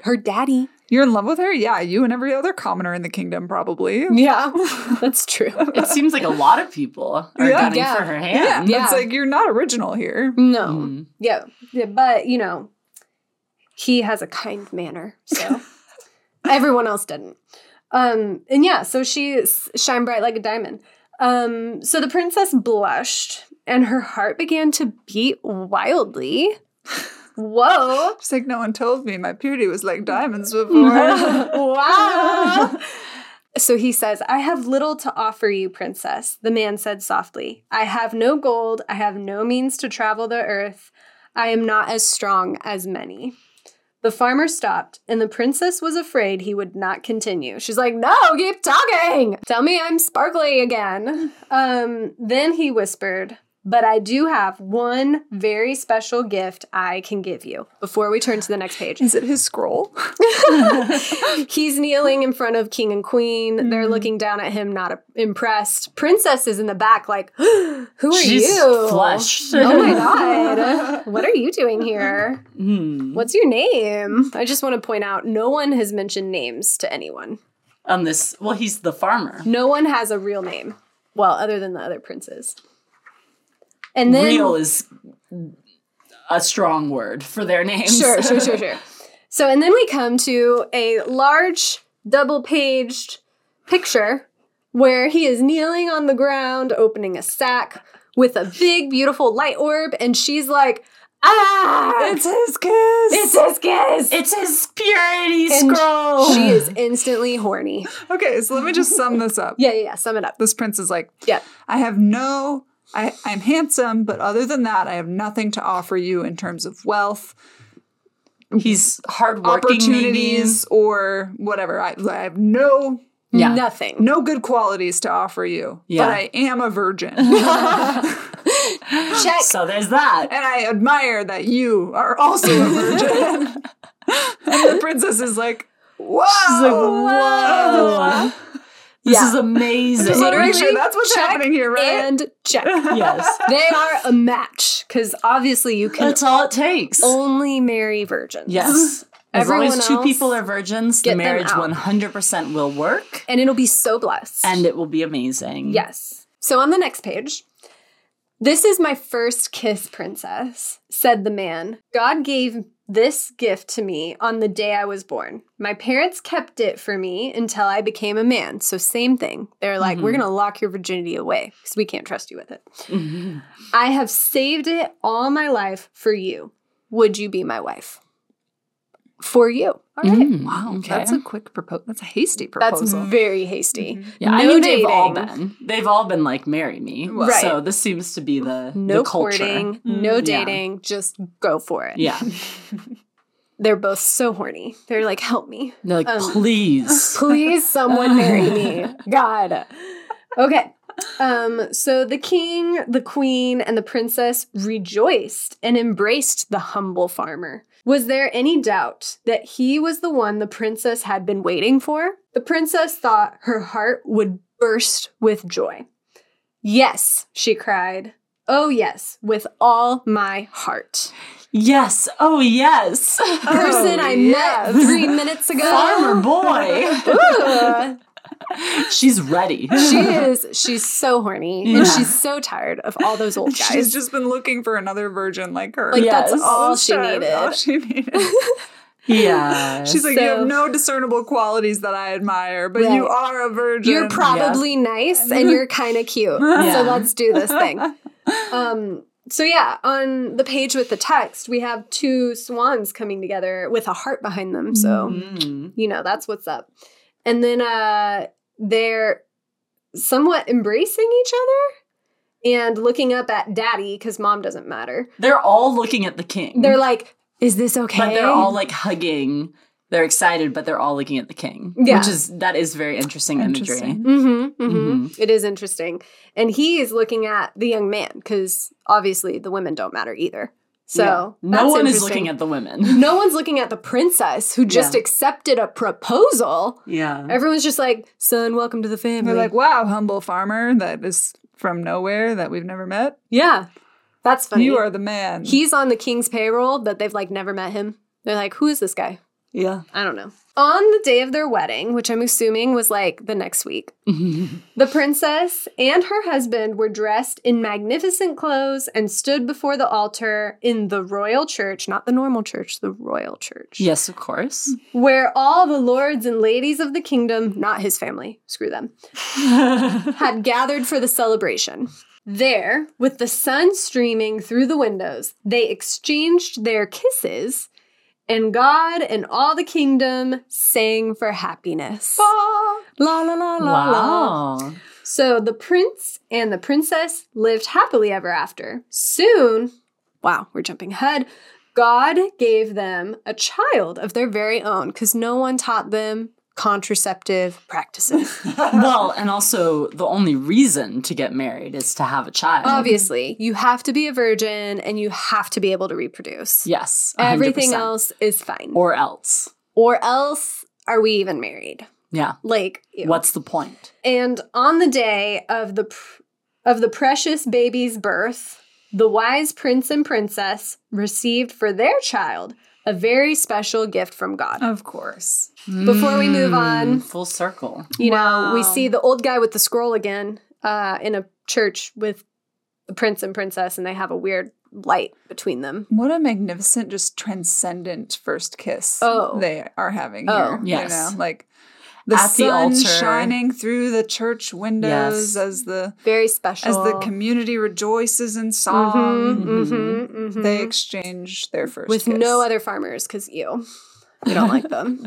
her daddy.
You're in love with her? Yeah, you and every other commoner in the kingdom, probably.
Yeah, that's true.
It seems like a lot of people are
Yeah.
gunning
Yeah.
for her
Yeah.
hand.
Yeah.
It's like, you're not original here.
No.
Mm.
Yeah. yeah, but you know, he has a kind manner, so everyone else didn't. Um, and yeah, so she s- shine bright like a diamond. Um, so the princess blushed, and her heart began to beat wildly. Whoa!
She's like, no one told me my purity was like diamonds before.
wow. So he says, I have little to offer you, princess, the man said softly. I have no gold. I have no means to travel the earth. I am not as strong as many. The farmer stopped, and the princess was afraid he would not continue. She's like, No, keep talking. Tell me I'm sparkly again. Um, then he whispered, But I do have one very special gift I can give you. Before we turn to the next page,
Is it his scroll?
He's kneeling in front of king and queen. They're
Mm-hmm.
looking down at him, not impressed. Princess is in the back, like, "Who are
She's
you?"
flushed.
Oh my god, what are you doing here?
Hmm.
What's your name? I just want to point out, no one has mentioned names to anyone.
On this, well, he's the farmer.
No one has a real name. Well, other than the other princes. And then
Real is a strong word for their names.
Sure, sure, sure, sure. So, and then we come to a large double paged picture where he is kneeling on the ground, opening a sack with a big, beautiful light orb, and she's like, ah,
It's his kiss.
it's his kiss.
It's his purity
And
scroll.
She is instantly horny.
okay, so let me just sum this up.
Yeah, yeah, yeah. Sum it up.
This prince is like,
Yeah.
I have no, I, I'm handsome, but other than that, I have nothing to offer you in terms of wealth,
He's hardworking.
opportunities, or whatever. I, I have no
maybe. Yeah.
Nothing.
no good qualities to offer you.
Yeah.
But I am a virgin. and
Check.
So there's that.
I admire that you are also a virgin. and the princess is like, Whoa.
She's like, whoa. This
Oh, Yeah.
is amazing.
Just wanna make sure
Literally,
that's what's
check
happening here, right?
And check.
yes.
They are a match because obviously you can
That's all it takes.
only marry virgins.
Yes. As long
Everyone
as two
else,
people are virgins,
get
the
them
marriage
out.
100% will work
and it'll be so blessed.
and it will be amazing.
yes. So on the next page, this is my first kiss, princess, said the man. God gave this gift to me on the day I was born. My parents kept it for me until I became a man. So, same thing. They're like,
Mm-hmm.
we're going to lock your virginity away because we can't trust you with it.
Mhm.
I have saved it all my life for you. Would you be my wife? For you. All right.
Mm,
Wow,
okay.
that's a quick proposal. That's a hasty
That's
proposal.
very hasty.
Mhm.
Mm-hmm. yeah, I
no
mean, they've all
dating.
been. They've all been like, marry me.
Right.
So this seems to be the,
No
the culture.
courting, no
Mm, yeah.
dating, just go for it.
Yeah.
They're both so horny. They're like, help me.
They're like,
Um,
please.
Please, someone marry me. God. Okay. Um, so the king, the queen, and the princess rejoiced and embraced the humble farmer. Was there any doubt that he was the one the princess had been waiting for? The princess thought her heart would burst with joy. Yes, she cried. Oh, yes, with all my heart.
yes. Oh, yes.
Person I
yes.
met three minutes ago.
Farmer boy.
Ooh.
She's ready.
she is she's so horny
Yeah.
and she's so tired of all those old guys
She's just been looking for another virgin like her.
like
Yeah.
that's
Yes.
all
This
she
time,
needed
All she needed.
yeah.
She's like, you
So-
have no discernible qualities that I admire, but you
Right.
are a virgin.
you're probably nice and you're kind of cute so
Yeah.
let's do this thing um so yeah on the page with the text we have two swans coming together with a heart behind them so
Mm.
you know that's what's up and then uh they're somewhat embracing each other and looking up at daddy because mom doesn't matter
They're all looking at the king.
they're like is this okay
Mm-hmm. but they're all like hugging. They're excited, but they're all looking at the king.
Yeah.
Which is that is very interesting, imagery.
Interesting.
Mm-hmm,
Mhm.
It is interesting. And he is looking at the young man because obviously the women don't matter either. So
Yeah. no one is looking at the women.
no one's looking at the princess who just
Yeah.
accepted a proposal.
Yeah.
Everyone's just like, son, welcome to the family.
They're like, wow, humble farmer that is from nowhere that we've never met.
yeah, that's funny.
You are the man.
He's on the king's payroll, but they've like never met him. They're like, who is this guy?
Yeah.
I don't know. On the day of their wedding, which I'm assuming was like the next week, The princess and her husband were dressed in magnificent clothes and stood before the altar in the royal church, not the normal church, the royal church,
yes, of course.
where all the lords and ladies of the kingdom, not his family, screw them, had gathered for the celebration. There, with the sun streaming through the windows, they exchanged their kisses, and God and all the kingdom sang for happiness.
Ah.
La la la la la.
wow.
So the prince and the princess lived happily ever after. Soon, wow, we're jumping ahead. God gave them a child of their very own because no one taught them contraceptive practices.
well, and also the only reason to get married is to have a child.
Obviously, you have to be a virgin and you have to be able to reproduce.
Yes. 100%.
Everything else is fine. Or,
Or else.
else, are we even married?
Yeah.
Like, ew.
What's the point?
And on the day of the pr- of the precious baby's birth, the wise prince and princess received for their child a very special gift from God.
Of course.
Before we move on-
Mm, full circle.
You know, we
Wow.
see the old guy with the scroll again uh, in a church with the prince and princess, and they have a weird light between them.
What a magnificent, just transcendent first kiss
Oh.
they are having
Oh.
here.
Yes.
You know, like the
At the
sun
altar.
shining through the church windows
Yes.
as the
Very special.
as the community rejoices in
Mhm,
song.
mhm, mhm.
They exchange their first
with
kiss.
no other farmers because you you don't like them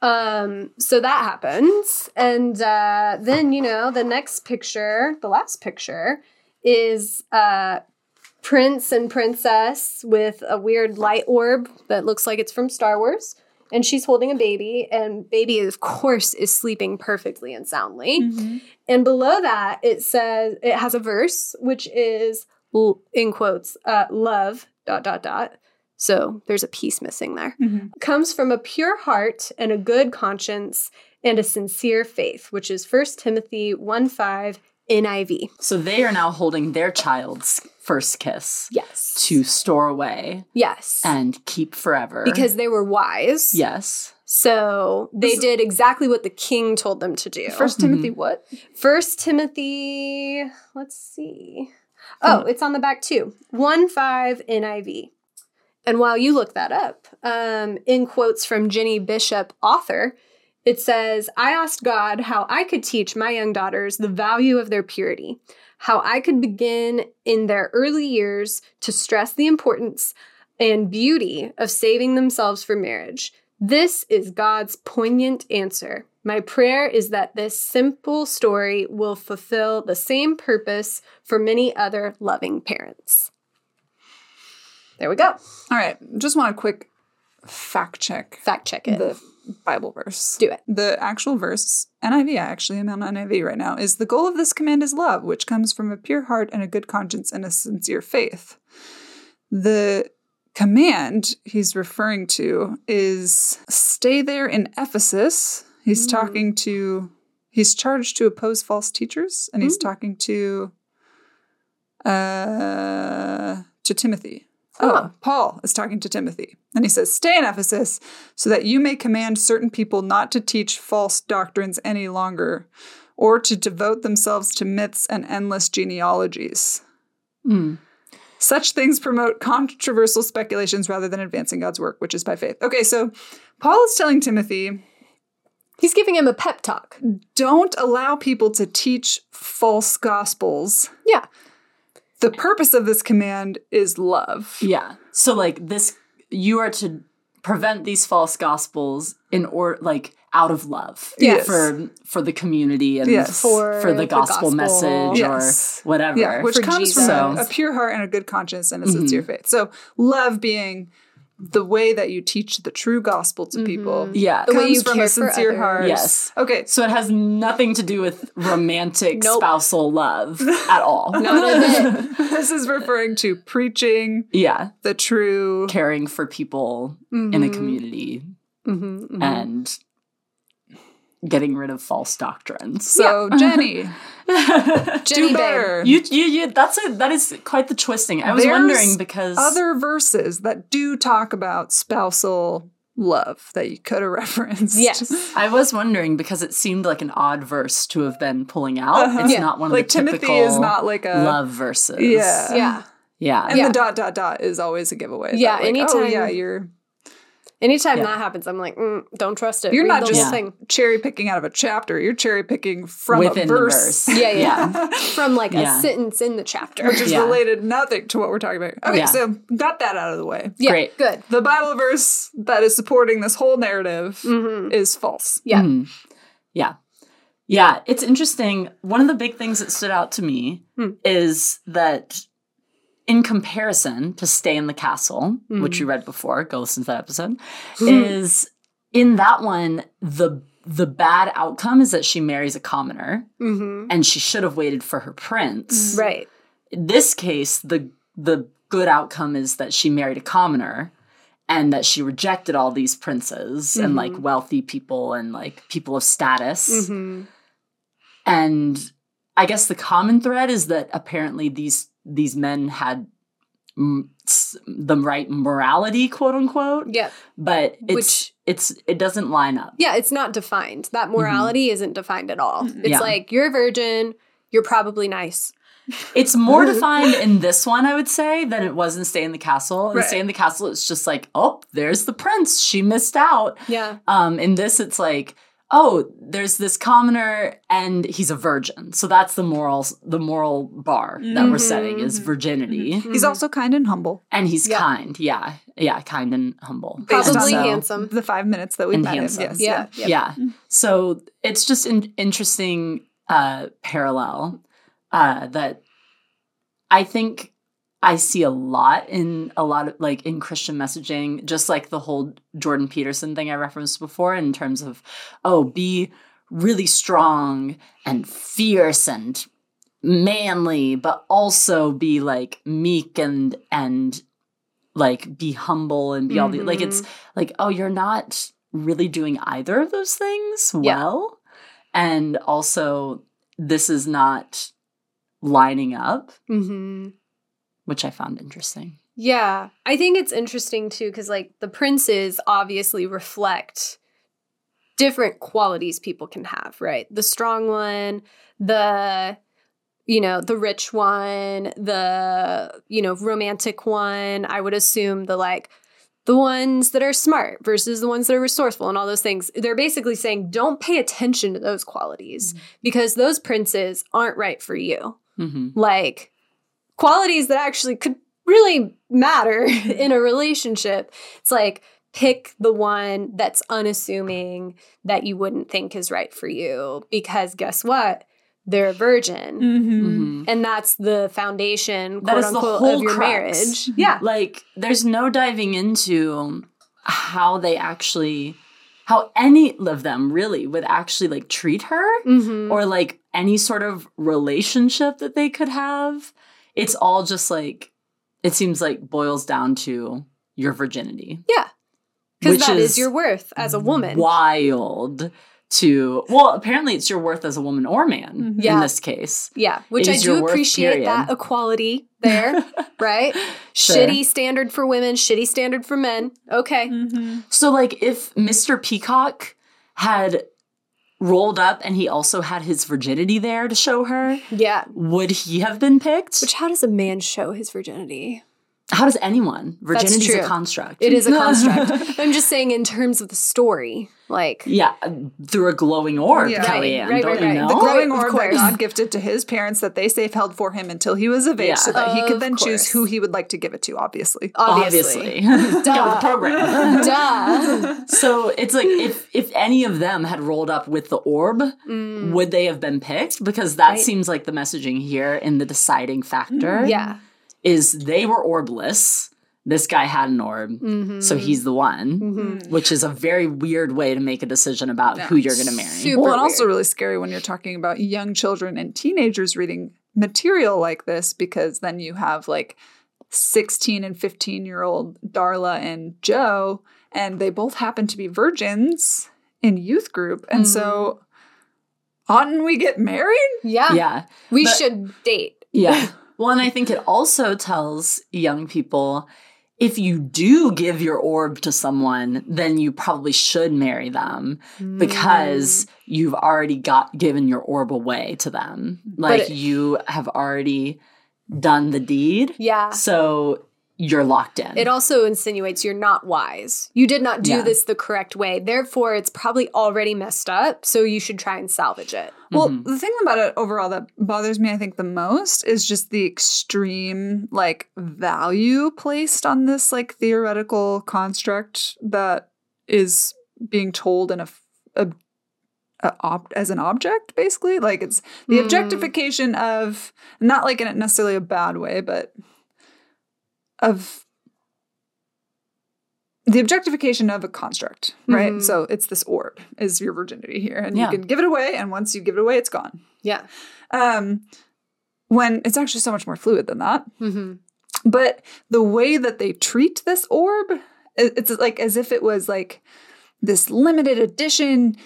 um so that happens and uh then you know the next picture the last picture is uh prince and princess with a weird light orb that looks like it's from star wars and she's holding a baby and baby of course is sleeping perfectly and soundly
Mhm.
and below that, it says it has a verse which is l- in quotes uh, love dot dot dot. So there's a piece missing there.
Mhm.
Comes from a pure heart and a good conscience and a sincere faith, which is 1 Timothy 1 5 NIV.
So they are now holding their child's first kiss
Yes.
to store away
Yes.
and keep forever.
because they were wise.
yes,
So they
This-
did exactly what the king told them to do.
First Timothy, what?
First Timothy,
Hmm.
let's see. Oh, it's on the back too. 1 5 NIV. And while you look that up, um, in quotes from Jenny Bishop, author, it says, I asked God how I could teach my young daughters the value of their purity, how I could begin in their early years to stress the importance and beauty of saving themselves for marriage. This is God's poignant answer. My prayer is that this simple story will fulfill the same purpose for many other loving parents. There we go.
All right. Just want a quick fact check.
Fact check it.
The Bible verse.
Do it.
The actual verse, NIV, I actually am on NIV right now, is the goal of this command is love, which comes from a pure heart and a good conscience and a sincere faith. The command he's referring to is stay there in Ephesus. He's
Mm.
talking to, he's charged to oppose false teachers, and he's
Mm.
talking to, uh, to Timothy.
Huh.
Oh, Paul is talking to Timothy. And he says, Stay in Ephesus so that you may command certain people not to teach false doctrines any longer or to devote themselves to myths and endless genealogies.
Mm.
Such things promote controversial speculations rather than advancing God's work, which is by faith. Okay, so Paul is telling Timothy,
He's giving him a pep talk.
don't allow people to teach false gospels.
Yeah.
The purpose of this command is love.
Yeah. So like this you are to prevent these false gospels in or like out of love
Yes.
for for the community and
Yes.
For
for the
the gospel.
gospel, message
Yes.
or whatever.
Yeah, which
for
comes
Jesus. Mm-hmm.
from
So-
a pure heart and a good conscience and a
Mhm.
sincere faith. So love being the way that you teach the true gospel to people
Mhm.
yeah.
The way
comes
you
from a
care for
sincere
others.
heart.
Yes.
Okay.
So it has nothing to do with romantic
Nope.
spousal love at all.
Not a bit.
This is referring to preaching
yeah.
the true
Caring for people in a
Mm-hmm.
community
Mhm, mhm.
and getting rid of false doctrines.
So Jenny,
Jenny,
do
babe.
better.
you, you, you, that's a, that is quite the twisting. I was
There's
wondering because
Other verses that do talk about spousal love that you could have referenced.
Yes.
I was wondering because it seemed like an odd verse to have been pulling out.
Uh-huh.
It's
Yeah.
not one of
Like
the typical
Timothy is not like a
love verses.
Yeah.
Yeah.
yeah.
and
Yeah.
the dot dot dot is always a giveaway. that,
Yeah,
like, Oh
anytime-
yeah, you're
Anytime
Yeah.
that happens, I'm like, mm, don't trust it.
You're
Read
not
the
just-
whole thing
cherry picking out of a chapter. You're cherry picking from
Within
a
the
verse.
verse.
Yeah, yeah. from like
Yeah.
a sentence in the chapter.
Which is
Yeah.
related nothing to what we're talking about. Okay,
Yeah.
so got that out of the way.
yeah,
Great.
good.
The Bible verse that is supporting this whole narrative
hmm
is false.
Yeah.
Mhm. Yeah. Yeah. It's interesting. One of the big things that stood out to me
Hmm.
is that in comparison to Stay in the Castle, which
Mhm.
you read before, go listen to that episode,
Hmm.
is in that one, the the bad outcome is that she marries a commoner
hmm
and she should have waited for her prince.
Right.
In this case, the the good outcome is that she married a commoner and that she rejected all these princes and like
Mhm.
wealthy people and like people of status.
hmm
and i guess the common thread is that apparently these these men had mm, s- the right morality quote unquote
Yeah.
but it's
Which-
it's it doesn't line up
Yeah, it's not defined. That morality isn't defined at all.
Mm-mm.
It's
Yeah.
like you're a virgin, you're probably nice.
it's more defined in this one i would say than it was in stay in the castle in
Right.
stay in the castle it's just like oh there's the prince she missed out
Yeah.
um in this it's like oh there's this commoner and he's a virgin so that's the morals the moral bar that we're
Mhm,
setting is
mhm,
virginity
He's
Mhm.
also kind and humble.
And he's
Yeah.
kind, yeah, yeah, kind and humble.
Based on
Probably
the-
handsome.
The five minutes that we
And
met him.
handsome.
Yes.
Yeah.
Yeah.
Yeah.
So it's just an interesting uh, parallel uh, that I think I see a lot in a lot of like in Christian messaging, just like the whole Jordan Peterson thing I referenced before in terms of, oh, be really strong and fierce and manly, but also be like meek and, and, like be humble and be all the like it's like, oh, you're not really doing either of those things
Yeah.
well. And also, this is not lining up,
hmm
which I found interesting.
Yeah. I think it's interesting too, because like the princes obviously reflect different qualities people can have, right? The strong one, the you know, the rich one, the, you know, romantic one. I would assume the like, the ones that are smart versus the ones that are resourceful and all those things. They're basically saying don't pay attention to those qualities because those princes aren't right for you.
Mm-hmm.
Like qualities that actually could really matter in a relationship. It's like pick the one that's unassuming that you wouldn't think is right for you because guess what? They're a virgin.
Mm-hmm.
Mm-hmm.
And that's the foundation,
That
quote
is the
unquote,
whole
of your
crux.
marriage. Yeah.
Like, there's no diving into how they actually, how any of them really would actually like treat her
Mhm.
or like any sort of relationship that they could have. It's all just like, it seems like boils down to your virginity.
Yeah. Because
Which
that is,
is
your worth as a woman.
Wild to, well, apparently it's your worth as a woman or man
Mm-hmm. Yeah.
in this case.
Yeah, which I
is your
do
worth,
appreciate
period.
that equality there, right?
Sure.
Shitty standard for women, shitty standard for men. Okay.
Mm.
Mm-hmm.
So, like, if Mr. Peacock had rolled up and he also had his virginity there to show her,
Yeah.
would he have been picked?
Which how does a man show his virginity?
How does anyone? Virginity's a
true.
construct.
It is a construct. I'm just saying in terms of the story, like
yeah, through a glowing orb,
Yeah.
Right,
Kellyanne.
right,
don't
right,
you
right.
know?
The
Glowing
Right, of
orb that
course.
God gifted to his parents that they safe held for him until he was of age,
Yeah.
so that he
Of
could then
course.
choose who he would like to give it to. Obviously,
obviously.
Obviously.
Duh.
Get with the program.
Duh.
So it's like if if any of them had rolled up with the orb,
Mm,
would they have been picked? Because that
Right. Mm,
seems like the messaging here in the deciding factor.
yeah.
is they were orbless. This guy had an orb,
Mhm.
so he's the one,
Mhm.
which is a very weird way to make a decision about who you're going to marry.
Super
well, and also
weird.
really scary when you're talking about young children and teenagers reading material like this, because then you have like 16 and 15 year old Darla and Joe, and they both happen to be virgins in youth group, and so
Mm-hmm.
oughtn't we get married?
yeah.
yeah,
We
but-
should date.
yeah. well, and I think it also tells young people if you do give your orb to someone, then you probably should marry them
Mm-hmm.
because you've already got given your orb away to them. Like
it-
you have already done the deed,
Yeah.
so you're locked in.
It also insinuates you're not wise. You did not do
Yeah.
this the correct way. Therefore, it's probably already messed up. So you should try and salvage it.
Well,
Mhm.
the thing about it overall that bothers me, I think, the most is just the extreme like value placed on this like theoretical construct that is being told in a, f- a- a ob- as an object, basically. Like it's the
Mm.
objectification of not like in a necessarily a bad way, but of the objectification of a construct, right?
Mhm.
So it's this orb is your virginity here, and
Yeah.
you can give it away, and once you give it away, it's gone.
Yeah.
Um, when it's actually so much more fluid than that,
Mm-hmm.
but the way that they treat this orb, i- it's like as if it was like this limited edition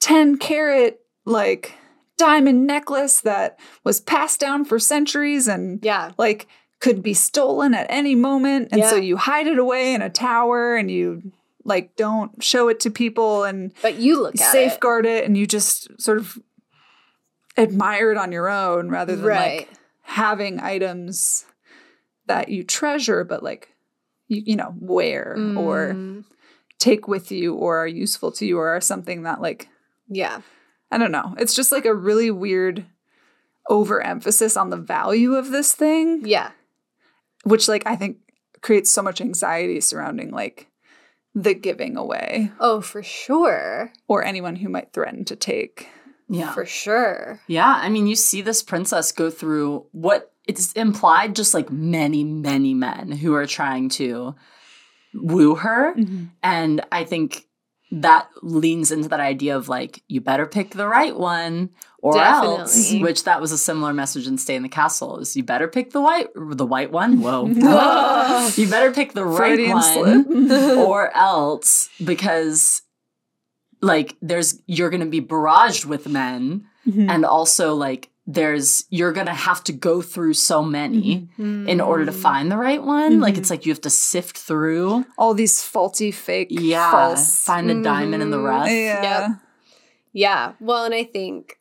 10 carat like diamond necklace that was passed down for centuries and
Yeah.
like could be stolen at any moment and so
Yeah.
you hide it away in a tower and you like don't show it to people and
But you look at it.
safeguard it. and you just sort of admire it on your own rather than like
Right.
having items that you treasure but like you, you know wear or
Mm,
take with you or are useful to you or are something that like
yeah.
i don't know it's just like a really weird overemphasis on the value of this thing
Yeah.
which like i think creates so much anxiety surrounding like the giving away
Oh, for sure.
or anyone who might threaten to take
yeah.
For sure.
Yeah, I mean, you see this princess go through what it's implied just like many, many men who are trying to woo her. And I think that leans into that idea of like, you better pick the right one or else,
Definitely.
which that was a similar message in Stay in the Castle is you better pick the white, the white one. Whoa.
Whoa.
you better pick the right
Freudian
one
slip.
or else because like there's you're gonna be barraged with men and also like there's you're gonna have to go through so many
Mm-hmm.
in order
Mm.
to find the right one like it's like you have to sift through
all these faulty fake
yeah
false Mm-hmm.
find a diamond in the rough
yeah
Yeah. Well, and I think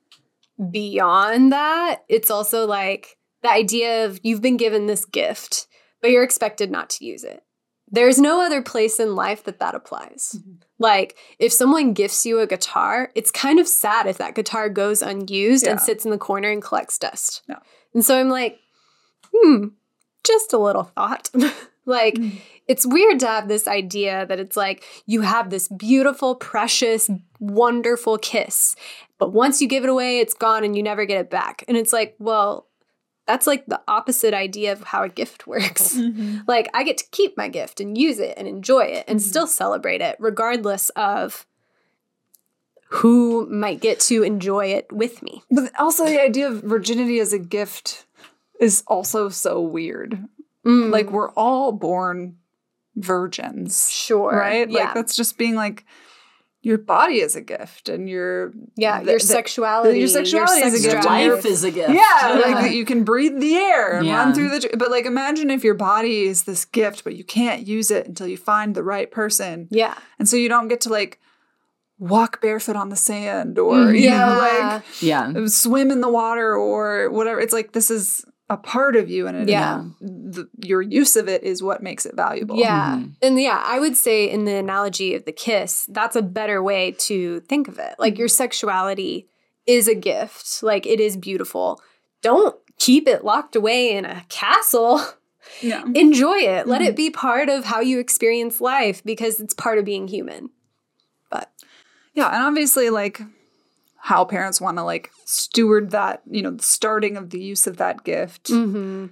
beyond that, it's also like the idea of you've been given this gift, but you're expected not to use it. There's no other place in life that that applies.
Mhm.
Like, if someone gifts you a guitar, it's kind of sad if that guitar goes unused and
Yeah.
sits in the corner and collects dust.
Yeah.
And so I'm like, hmm, just a little thought. like, it's weird to have this idea that it's like you have this beautiful, precious, wonderful kiss, but once you give it away, it's gone and you never get it back. And it's like, well, that's like the opposite idea of how a gift works. Like, I get to keep my gift and use it and enjoy it and
Mhm.
Mm-hmm.
still celebrate it, regardless of who might get to enjoy it with me.
But also, the idea of virginity as a gift is also so weird.
Mm,
Like, we're all born virgins,
sure.
right?
Yeah.
Like, that's just being like, your body is a gift and your
yeah.
the-
your
the-
sexuality.
sexuality
sex
is a gift.
drive.
Life is a gift.
Yeah,
Yeah.
like that you can breathe the air and
Yeah.
run through the. But like, imagine if your body is this gift, but you can't use it until you find the right person,
Yeah.
and so you don't get to like walk barefoot on the sand or
Mm,
you know
Yeah.
like swim in the water or whatever. It's like this is a part of you, and it,
Yeah.
the, your use of it is what makes it valuable.
Yeah.
Mm-hmm.
Mhm.
And yeah, I would say in the analogy of the kiss, that's a better way to think of it. Like your
Mm-hmm.
sexuality is a gift, like it is beautiful. Don't keep it locked away in a castle.
yeah.
Enjoy it. Let
Mm-hmm.
it be part of how you experience life because it's part of being human.
Yeah, and obviously, like how parents want to like steward that, you know, the starting of the use of that gift
Mm-hmm.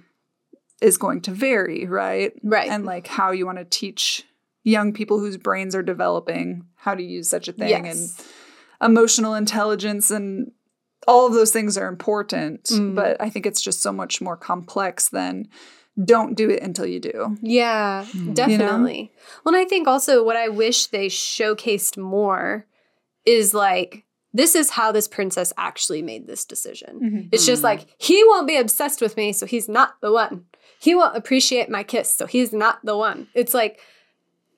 is going to vary, right?
Right.
and like how you want to teach young people whose brains are developing how to use such a thing
Yes.
and emotional intelligence and all of those things are important
Mm.
but i think it's just so much more complex than don't do it until you do
Yeah,
Mm.
definitely. Well, and I think also what I wish they showcased more is like, this is how this princess actually made this decision. It's just
Mm.
like he won't be obsessed with me, so he's not the one. He won't appreciate my kiss, so he's not the one. It's like,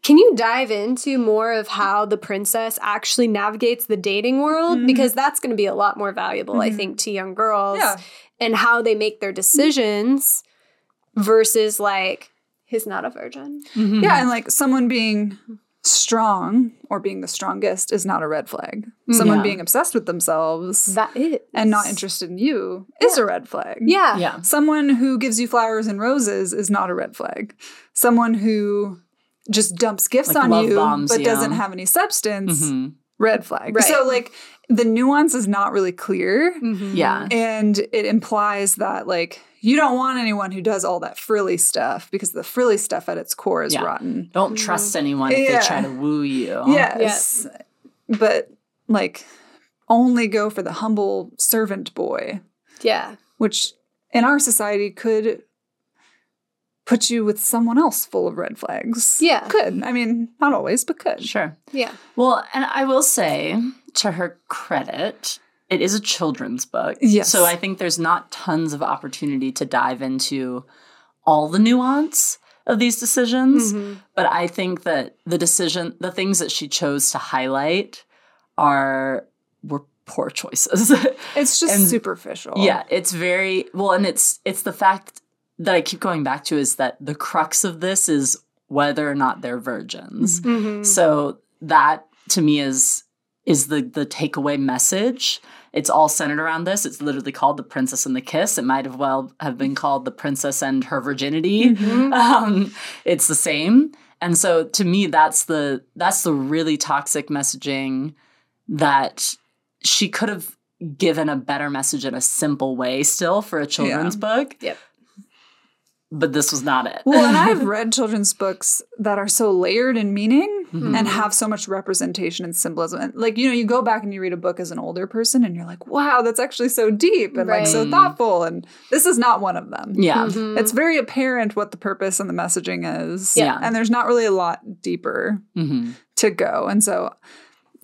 can you dive into more of how the princess actually navigates the dating world?
Mhm.
Because that's going to be a lot more valuable, I
Mhm.
think, to young girls
yeah
and how they make their decisions versus like, he's not a virgin.
Mhm.
yeah and like someone being strong or being the strongest is not a red flag someone
Yeah.
being obsessed with themselves
That is.
and not interested in you is a red flag
Yeah.
Yeah.
Someone who gives you flowers and roses is not a red flag. Someone who just dumps gifts
Like
on
love
you
bombs,
but
yeah.
doesn't have any substance,
Mhm.
red flag.
Right.
So like the nuance is not really clear
Mhm.
Yeah.
and it implies that like you don't want anyone who does all that frilly stuff because the frilly stuff at its core is
Yeah. Uh-huh.
rotten.
Don't trust anyone if
Mm-hmm. Yeah.
they try to woo you.
Yes. But like only go for the humble servant boy
Yeah.
which in our society could put you with someone else full of red flags.
Yeah.
Could. I mean, not always, but could.
Sure.
Yeah.
Well, and I will say, to her credit, it is a children's book.
Yes.
So I think there's not tons of opportunity to dive into all the nuance of these decisions.
Mhm.
But I think that the decision, the things that she chose to highlight are were poor choices.
It's just
And-
superficial.
Yeah, it's very well, and it's it's the fact that I keep going back to is that the crux of this is whether or not they're virgins.
Mhm.
So that to me is is the the takeaway message. It's all centered around this. It's literally called the Princess and the Kiss. It might have well have been called the Princess and her virginity
Mhm.
Mm-hmm.
um, it's the same and so to me that's the that's the really toxic messaging that she could have given a better message in a simple way still for a children's book
Yep.
but this was not it
Well, and I've read children's books that are so layered in meaning
Mhm.
and have so much representation and symbolism. And, like, you know, you go back and you read a book as an older person and you're like, wow, that's actually so deep and like so
Right.
thoughtful. And this is not one of them.
yeah
Mhm.
It's very apparent what the purpose and the messaging is.
Yeah.
And there's not really a lot deeper
mm-hmm.
Mhm.
to go. And so,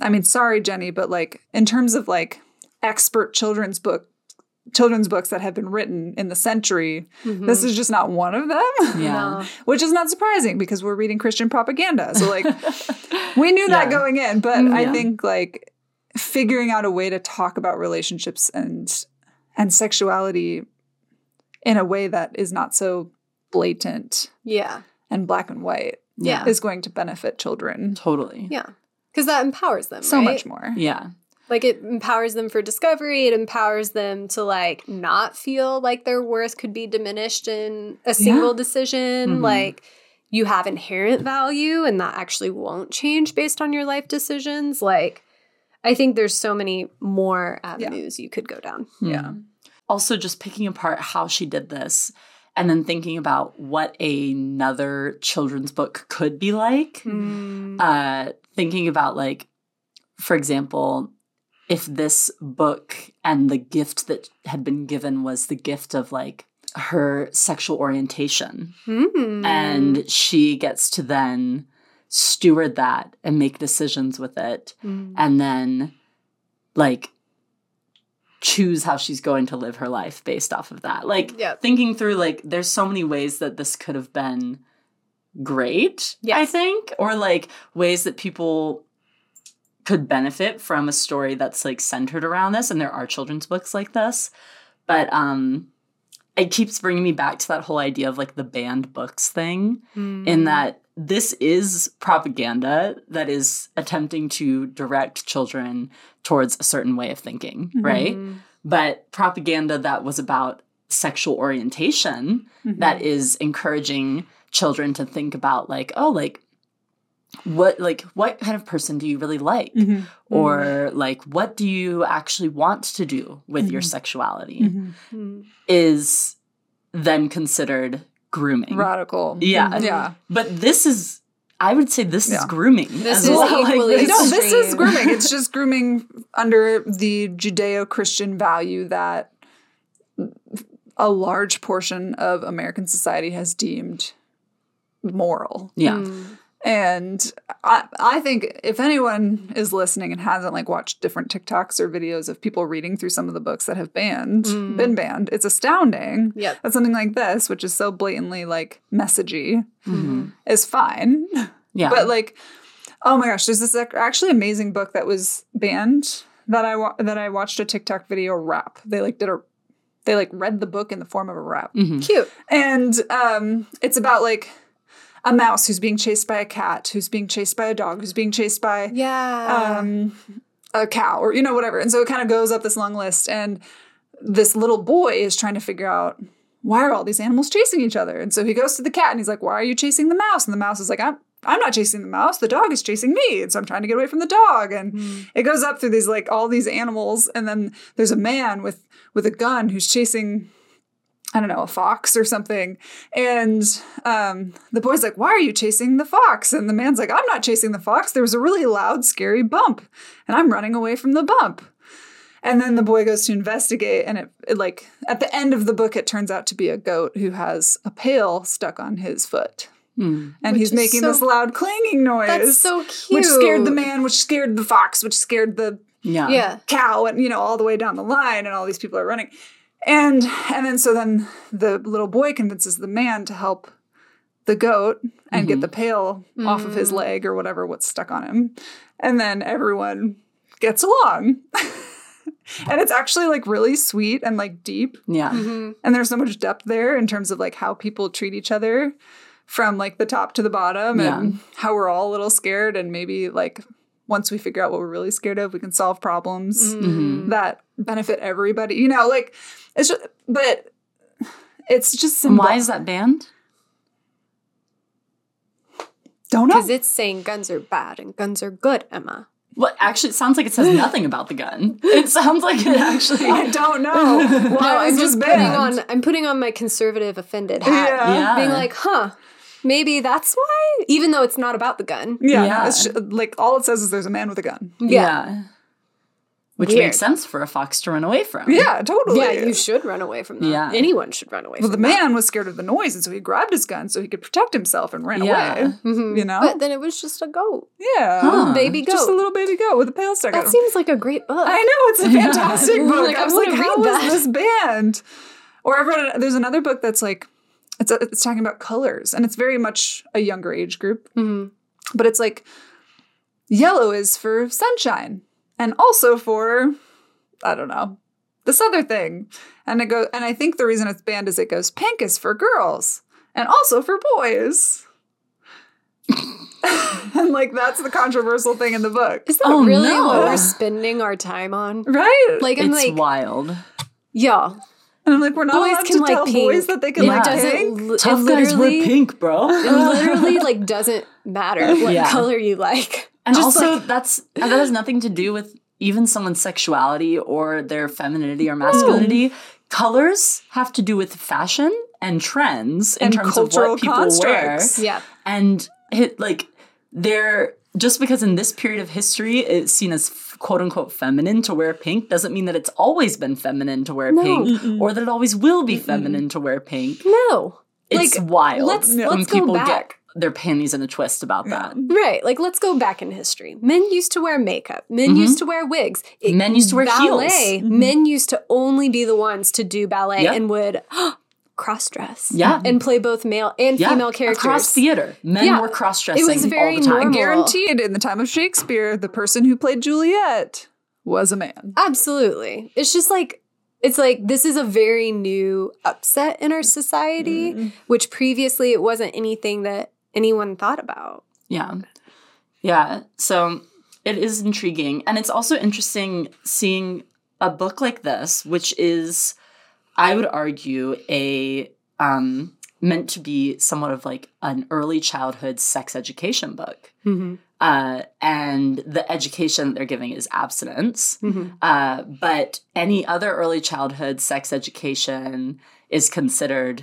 I mean, sorry, Jenny, but like in terms of like expert children's book, children's books that have been written in the century,
Mhm.
this is just not one of them,
Mm-hmm. yeah
No.
which is not surprising because we're reading Christian propaganda. So like we knew that
Yeah.
going in, but I
Yeah.
think like figuring out a way to talk about relationships and and sexuality in a way that is not so blatant
Yeah.
and black and white
Yeah.
is going to benefit children
Totally.
Yeah. Because that empowers them.
so
right?
much more.
Yeah.
Like it empowers them for discovery. It empowers them to like not feel like their worth could be diminished in a single decision.
Mm-hmm.
Mhm.
Like you have inherent value and that actually won't change based on your life decisions. Like I think there's so many more avenues you could go down.
Yeah.
Also, just picking apart how she did this and then thinking about what another children's book could be like.
Mm-hmm.
Uh, thinking about, like, for example, if this book and the gift that had been given was the gift of like her sexual orientation,
Mm.
and she gets to then steward that and make decisions with it
Mm.
and then like choose how she's going to live her life based off of that. Like
Yep.
thinking through like there's so many ways that this could have been great, I
Yes.
think, or like ways that people could benefit from a story that's like centered around this and there are children's books like this. But um it keeps bringing me back to that whole idea of like the banned books thing
Hmm. Mm-hmm.
in that this is propaganda that is attempting to direct children towards a certain way of thinking, right?
Mm.
But propaganda that was about sexual orientation
Mhm.
that is encouraging children to think about like, oh, like what like what kind of person do you really like?
Mhm.
Or like what do you actually want to do with your
Mhm.
sexuality?
Mhm.
Mm.
Is then considered grooming.
radical.
Mm-hmm.
Yeah.
Yeah.
But this is, I would say, this is
Yeah.
grooming.
This
as
is
well. Like,
equally
this-
No, this is
Extreme.
grooming. It's just grooming under the Judeo Christian value that a large portion of American society has deemed moral.
Yeah.
Mm.
And I, I think if anyone is listening and hasn't like watched different TikToks or videos of people reading through some of the books that have banned,
Mm.
been banned, it's astounding
Yep.
that something like this, which is so blatantly like messagey,
Mm-hmm. Hmm.
Mhm.
is fine.
Yeah.
Mm-hmm. But like, oh my gosh, there's this like, actually amazing book that was banned that I wa- that I watched a TikTok video rap. They like did a they like read the book in the form of a rap,
Mhm.
Cute.
and um, it's about like a mouse who's being chased by a cat, who's being chased by a dog, who's being chased by
Yeah.
um, a cow or you know whatever. And so it kind of goes up this long list, and this little boy is trying to figure out why are all these animals chasing each other. And so he goes to the cat and he's like, "Why are you chasing the mouse?" And the mouse is like, "I'm." I'm not chasing the mouse. The dog is chasing me. And so I'm trying to get away from the dog. And it goes up through these, like, all these animals. And then there's a man with, with a gun who's chasing, I don't know, a fox or something. And um, the boy's like, Why are you chasing the fox? And the man's like, I'm not chasing the fox. There was a really loud, scary bump, and I'm running away from the bump. And then the boy goes to investigate, and it, it like at the end of the book, it turns out to be a goat who has a pail stuck on his foot,
Mm.
and
Which
he's
is
making
so-
this loud clanging noise,
That's so cute.
which scared the man, which scared the fox, which scared the
Yeah.
Yeah.
cow and you know all the way down the line and all these people are running and and then so then the little boy convinces the man to help the goat and get
Mhm.
the pail off of his leg or whatever what's stuck on him and then everyone gets along and it's actually like really sweet and like deep
Yeah.
Mhm.
and there's so much depth there in terms of like how people treat each other from like the top to the bottom and how we're all a little scared and maybe like once we figure out what we're really scared of we can solve problems
Mm-hmm.
Mhm.
that benefit everybody. You know, like it's just, but it's just
And why
symbol-
is that banned?
Don't know.
Because it's saying guns are bad and guns are good, Emma.
Well, actually, it sounds like it says nothing about the gun. It sounds like it actually.
I don't know. Why
No,
is
I'm
this
just putting
banned?
on I'm putting on my conservative offended hat.
Yeah.
Yeah.
Being like, huh, maybe that's why? Even though it's not about the gun.
Yeah,
Yeah.
no, it's ju- like all it says is there's a man with a gun.
yeah. Which
Weird.
makes sense for a fox to run away from.
Yeah, totally.
Yeah, you should run away from that.
Yeah.
Anyone should run away
well,
from
the
that.
man was scared of the noise, and so he grabbed his gun so he could protect himself and ran
Yeah.
away.
Mhm.
You know,
But then it was just a goat.
yeah,
Huh.
Baby goat.
just a little baby goat with a pail stuck.
that
on him.
seems like a great book.
I know it's a
Yeah.
fantastic
I'm
book.
like,
I
I
was like,
wanna
how
read
was
that.
this banned? Or I've read there's another book that's like it's it's talking about colors and it's very much a younger age group,
Mhm.
but it's like yellow is for sunshine and also for I don't know this other thing. And it goes, and I think the reason it's banned is it goes pink is for girls and also for boys. and like that's the controversial thing in the book,
Is that
Oh,
really
no.
what we're spending our time on?
right?
Like I'm
it's
like,
wild.
y'all,
and I'm like, we're not
boys
allowed
can
to
like
tell
pink.
boys that they can
it
Yeah.
like
doesn't.
pink.
li- it
Tough guys wear
literally-
pink, bro.
It literally like doesn't matter what
Yeah.
color you like.
And
Just
also, that's that has nothing to do with even someone's sexuality or their femininity or masculinity. Colors have to do with fashion and trends in
And
terms of
cultural
what people
constructs.
wear.
Yeah.
And it, like, they're just because in this period of history it's seen as quote unquote feminine to wear pink doesn't mean that it's always been feminine to wear
No.
pink or that it always will be feminine to wear pink.
No.
It's
Like,
wild.
let's-
when
let's go
people get
back.
their panties in a twist about that.
Right. Like let's go back in history. Men used to wear makeup. Men used to wear wigs. It-
Mm-hmm. Men used to wear
ballet.
heels. Mm-hmm.
Men used to only be the ones to do ballet
Yeah.
and would cross dress.
Yeah.
And play both male and
Yeah,
female characters.
Across theater. Men
Yeah.
were cross dressing
It was very
all the time.
normal.
Guaranteed, in the time of Shakespeare, the person who played Juliet was a man.
Absolutely. It's just like it's like this is a very new upset in our society,
Mm-hmm.
which previously it wasn't anything that anyone thought about.
Yeah. Yeah. So it is intriguing. And it's also interesting seeing a book like this, which is, I would argue, a um meant to be somewhat of like an early childhood sex education book. Uh, and the education that they're giving is abstinence. Uh, but any other early childhood sex education is considered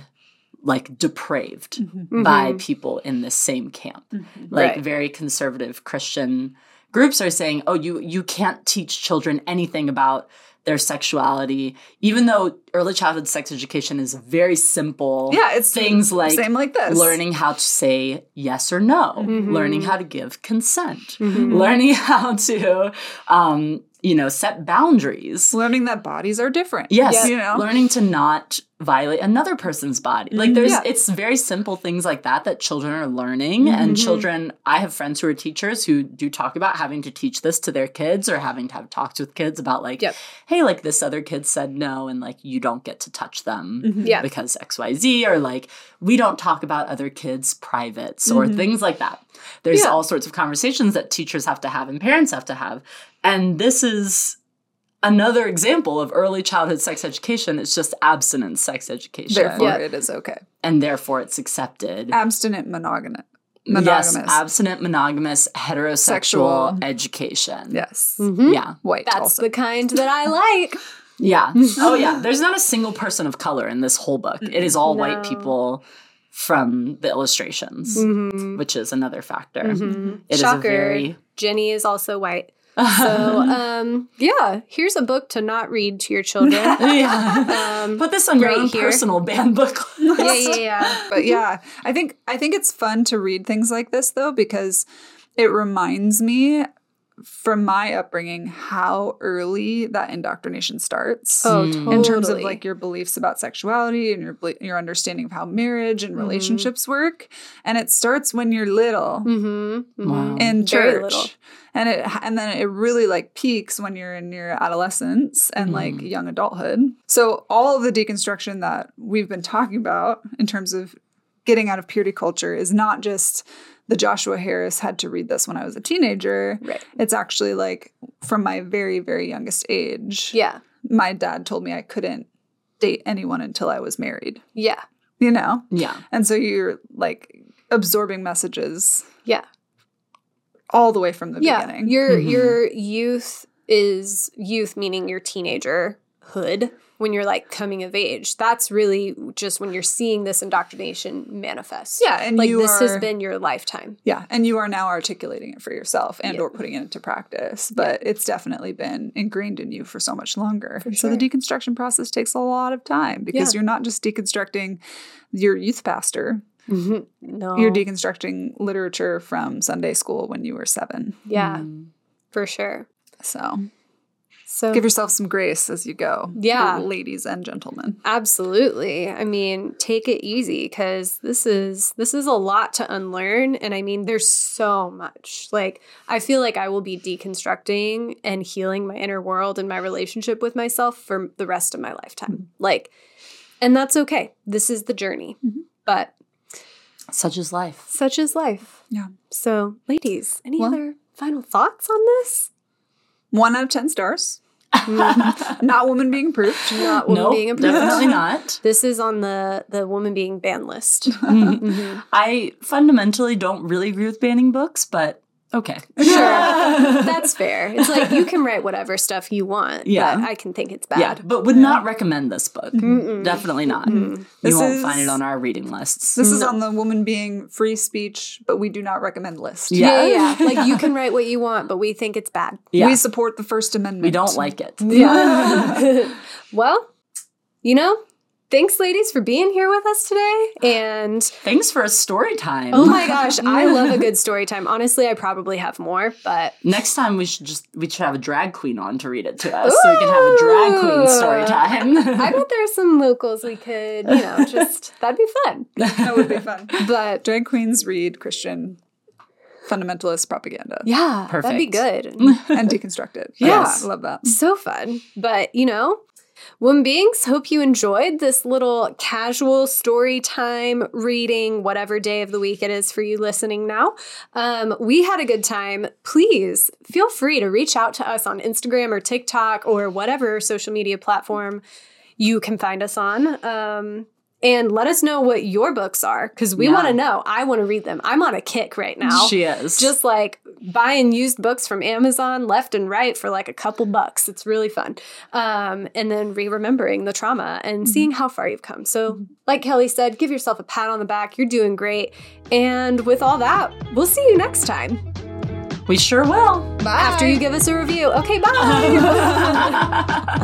like depraved by people in this same camp. Like
Mm-hmm. Right.
very conservative Christian groups are saying, "Oh, you you can't teach children anything about their sexuality," even though early childhood sex education is very simple.
Yeah, it's
things like
same like this.
learning how to say yes or no, learning how to give consent,
Mm-hmm.
learning how to, um, you know, set boundaries.
learning that bodies are different.
Yes,
you know,
learning to not violate another person's body. Like there's
Yeah.
it's very simple things like that that children are learning and children I have friends who are teachers who do talk about having to teach this to their kids or having to have talks with kids about like
Yep.
hey like this other kid said no and like you don't get to touch them
Mm-hmm.
Yeah.
because XYZ or like we don't talk about other kids privates or things like that. There's
Yeah.
all sorts of conversations that teachers have to have and parents have to have. And this is another example of early childhood sex education. It's just abstinence sex education.
therefore
Yeah.
it is okay.
And therefore it's accepted.
Abstinent monogamous.
Yes,
Monogamous.
abstinent, monogamous, heterosexual
Sexual.
education. Mm-hmm.
yes.
Mhm.
Yeah.
White.
That's
also.
the kind that I like.
Yeah. Oh, yeah. There's not a single person of color in this whole book. It is all white
No.
people from the illustrations,
Mm-hmm.
Mhm.
which is another factor.
Mhm.
It is a
Shocker.
very.
Jenny is also white. So, um, yeah, here's a book to not read to your children.
yeah.
Um,
Put this on your
Right
own
here.
personal banned book list.
yeah, yeah, yeah.
but yeah, I think I think it's fun to read things like this though because it reminds me from my upbringing how early that indoctrination starts.
Oh,
Mm.
totally.
Hmm. In terms of like your beliefs about sexuality and your bel- your understanding of how marriage and relationships work, and it starts when you're little
Mm-hmm.
Wow.
in
Very
church.
little.
And it and then it really like peaks when you're in your adolescence and like
Mm-hmm.
young adulthood. So all of the deconstruction that we've been talking about in terms of getting out of purity culture is not just the Joshua Harris had to read this when I was a teenager.
Right.
It's actually like from my very very youngest age.
Yeah.
My dad told me I couldn't date anyone until I was married.
Yeah.
You know?
Yeah.
And so you're like absorbing messages
Yeah.
all the way from the
yeah.
beginning.
Your
Mhm.
your youth is youth meaning your teenagerhood when you're like coming of age. That's really just when you're seeing this indoctrination manifest.
Yeah, and
Like
you
this has
are-
been your lifetime.
yeah, and you are now articulating it for yourself and
Yeah.
or putting it into practice, but it's definitely been ingrained in you for so much longer.
For
So the deconstruction process takes a lot of time because
Yeah.
you're not just deconstructing your youth pastor,
No.
Mm-hmm. you're deconstructing literature Mm. from Sunday school when you were 7.
yeah,
Mm.
for sure.
So,
So
Give yourself some grace as you go.
Yeah.
Ladies and gentlemen.
Absolutely. I mean, take it easy cuz this is this is a lot to unlearn and I mean there's so much. Like I feel like I will be deconstructing and healing my inner world and my relationship with myself for the rest of my lifetime.
Mm-hmm.
Like and that's okay. This is the journey.
Mhm.
But
Such is life.
such is life.
Yeah.
So, ladies, any
Well-
other final thoughts on this?
One out of 10 stars. Not woman being proved.
Not woman
No,
being a
definitely not.
This is on the the woman being banned list. Mhm.
I fundamentally don't really agree with banning books, but okay.
Sure. That's fair. It's like you can write whatever stuff you want.
Yeah.
But I can think it's
yeah,
bad.
but would not recommend this book.
Mm-mm.
Definitely not.
Mm.
This
You won't
is-
find it on our reading lists.
This is on the woman being free speech, but we do not recommend list.
Yeah.
Yeah. yeah, yeah. Like you can write what you want, but we think it's bad.
Yeah,
We
we,
support the First Amendment.
don't like it.
Yeah. well, you know, thanks, ladies, for being here with us today. And
Thanks for a story time.
oh my gosh, I love a good story time. Honestly, I probably have more, but
Next time we should just we should have a drag queen on to read it to us, so we can have a drag queen story
Ooh.
time.
I bet there are some locals we could, you know, just that'd be fun.
That would be fun.
But
Drag queens read Christian fundamentalist propaganda
yeah, that'd be good.
and deconstruct it.
Yeah.
I love that.
So fun. But, you know, woman beings, hope you enjoyed this little casual story time reading, whatever day of the week it is for you listening now. Um, we had a good time. Please feel free to reach out to us on Instagram or TikTok or whatever social media platform you can find us on. Um, and let us know what your books are because we
Yeah.
want to know. I want to read them. I'm on a kick right now
She is
just like buying used books from Amazon left and right for like a couple bucks. It's really fun. Um, and then re remembering the trauma and seeing how far you've come. So, like Kelly said, give yourself a pat on the back. You're doing great. And with all that, we'll see you next time
we sure will.
after you give us a review. Okay, bye.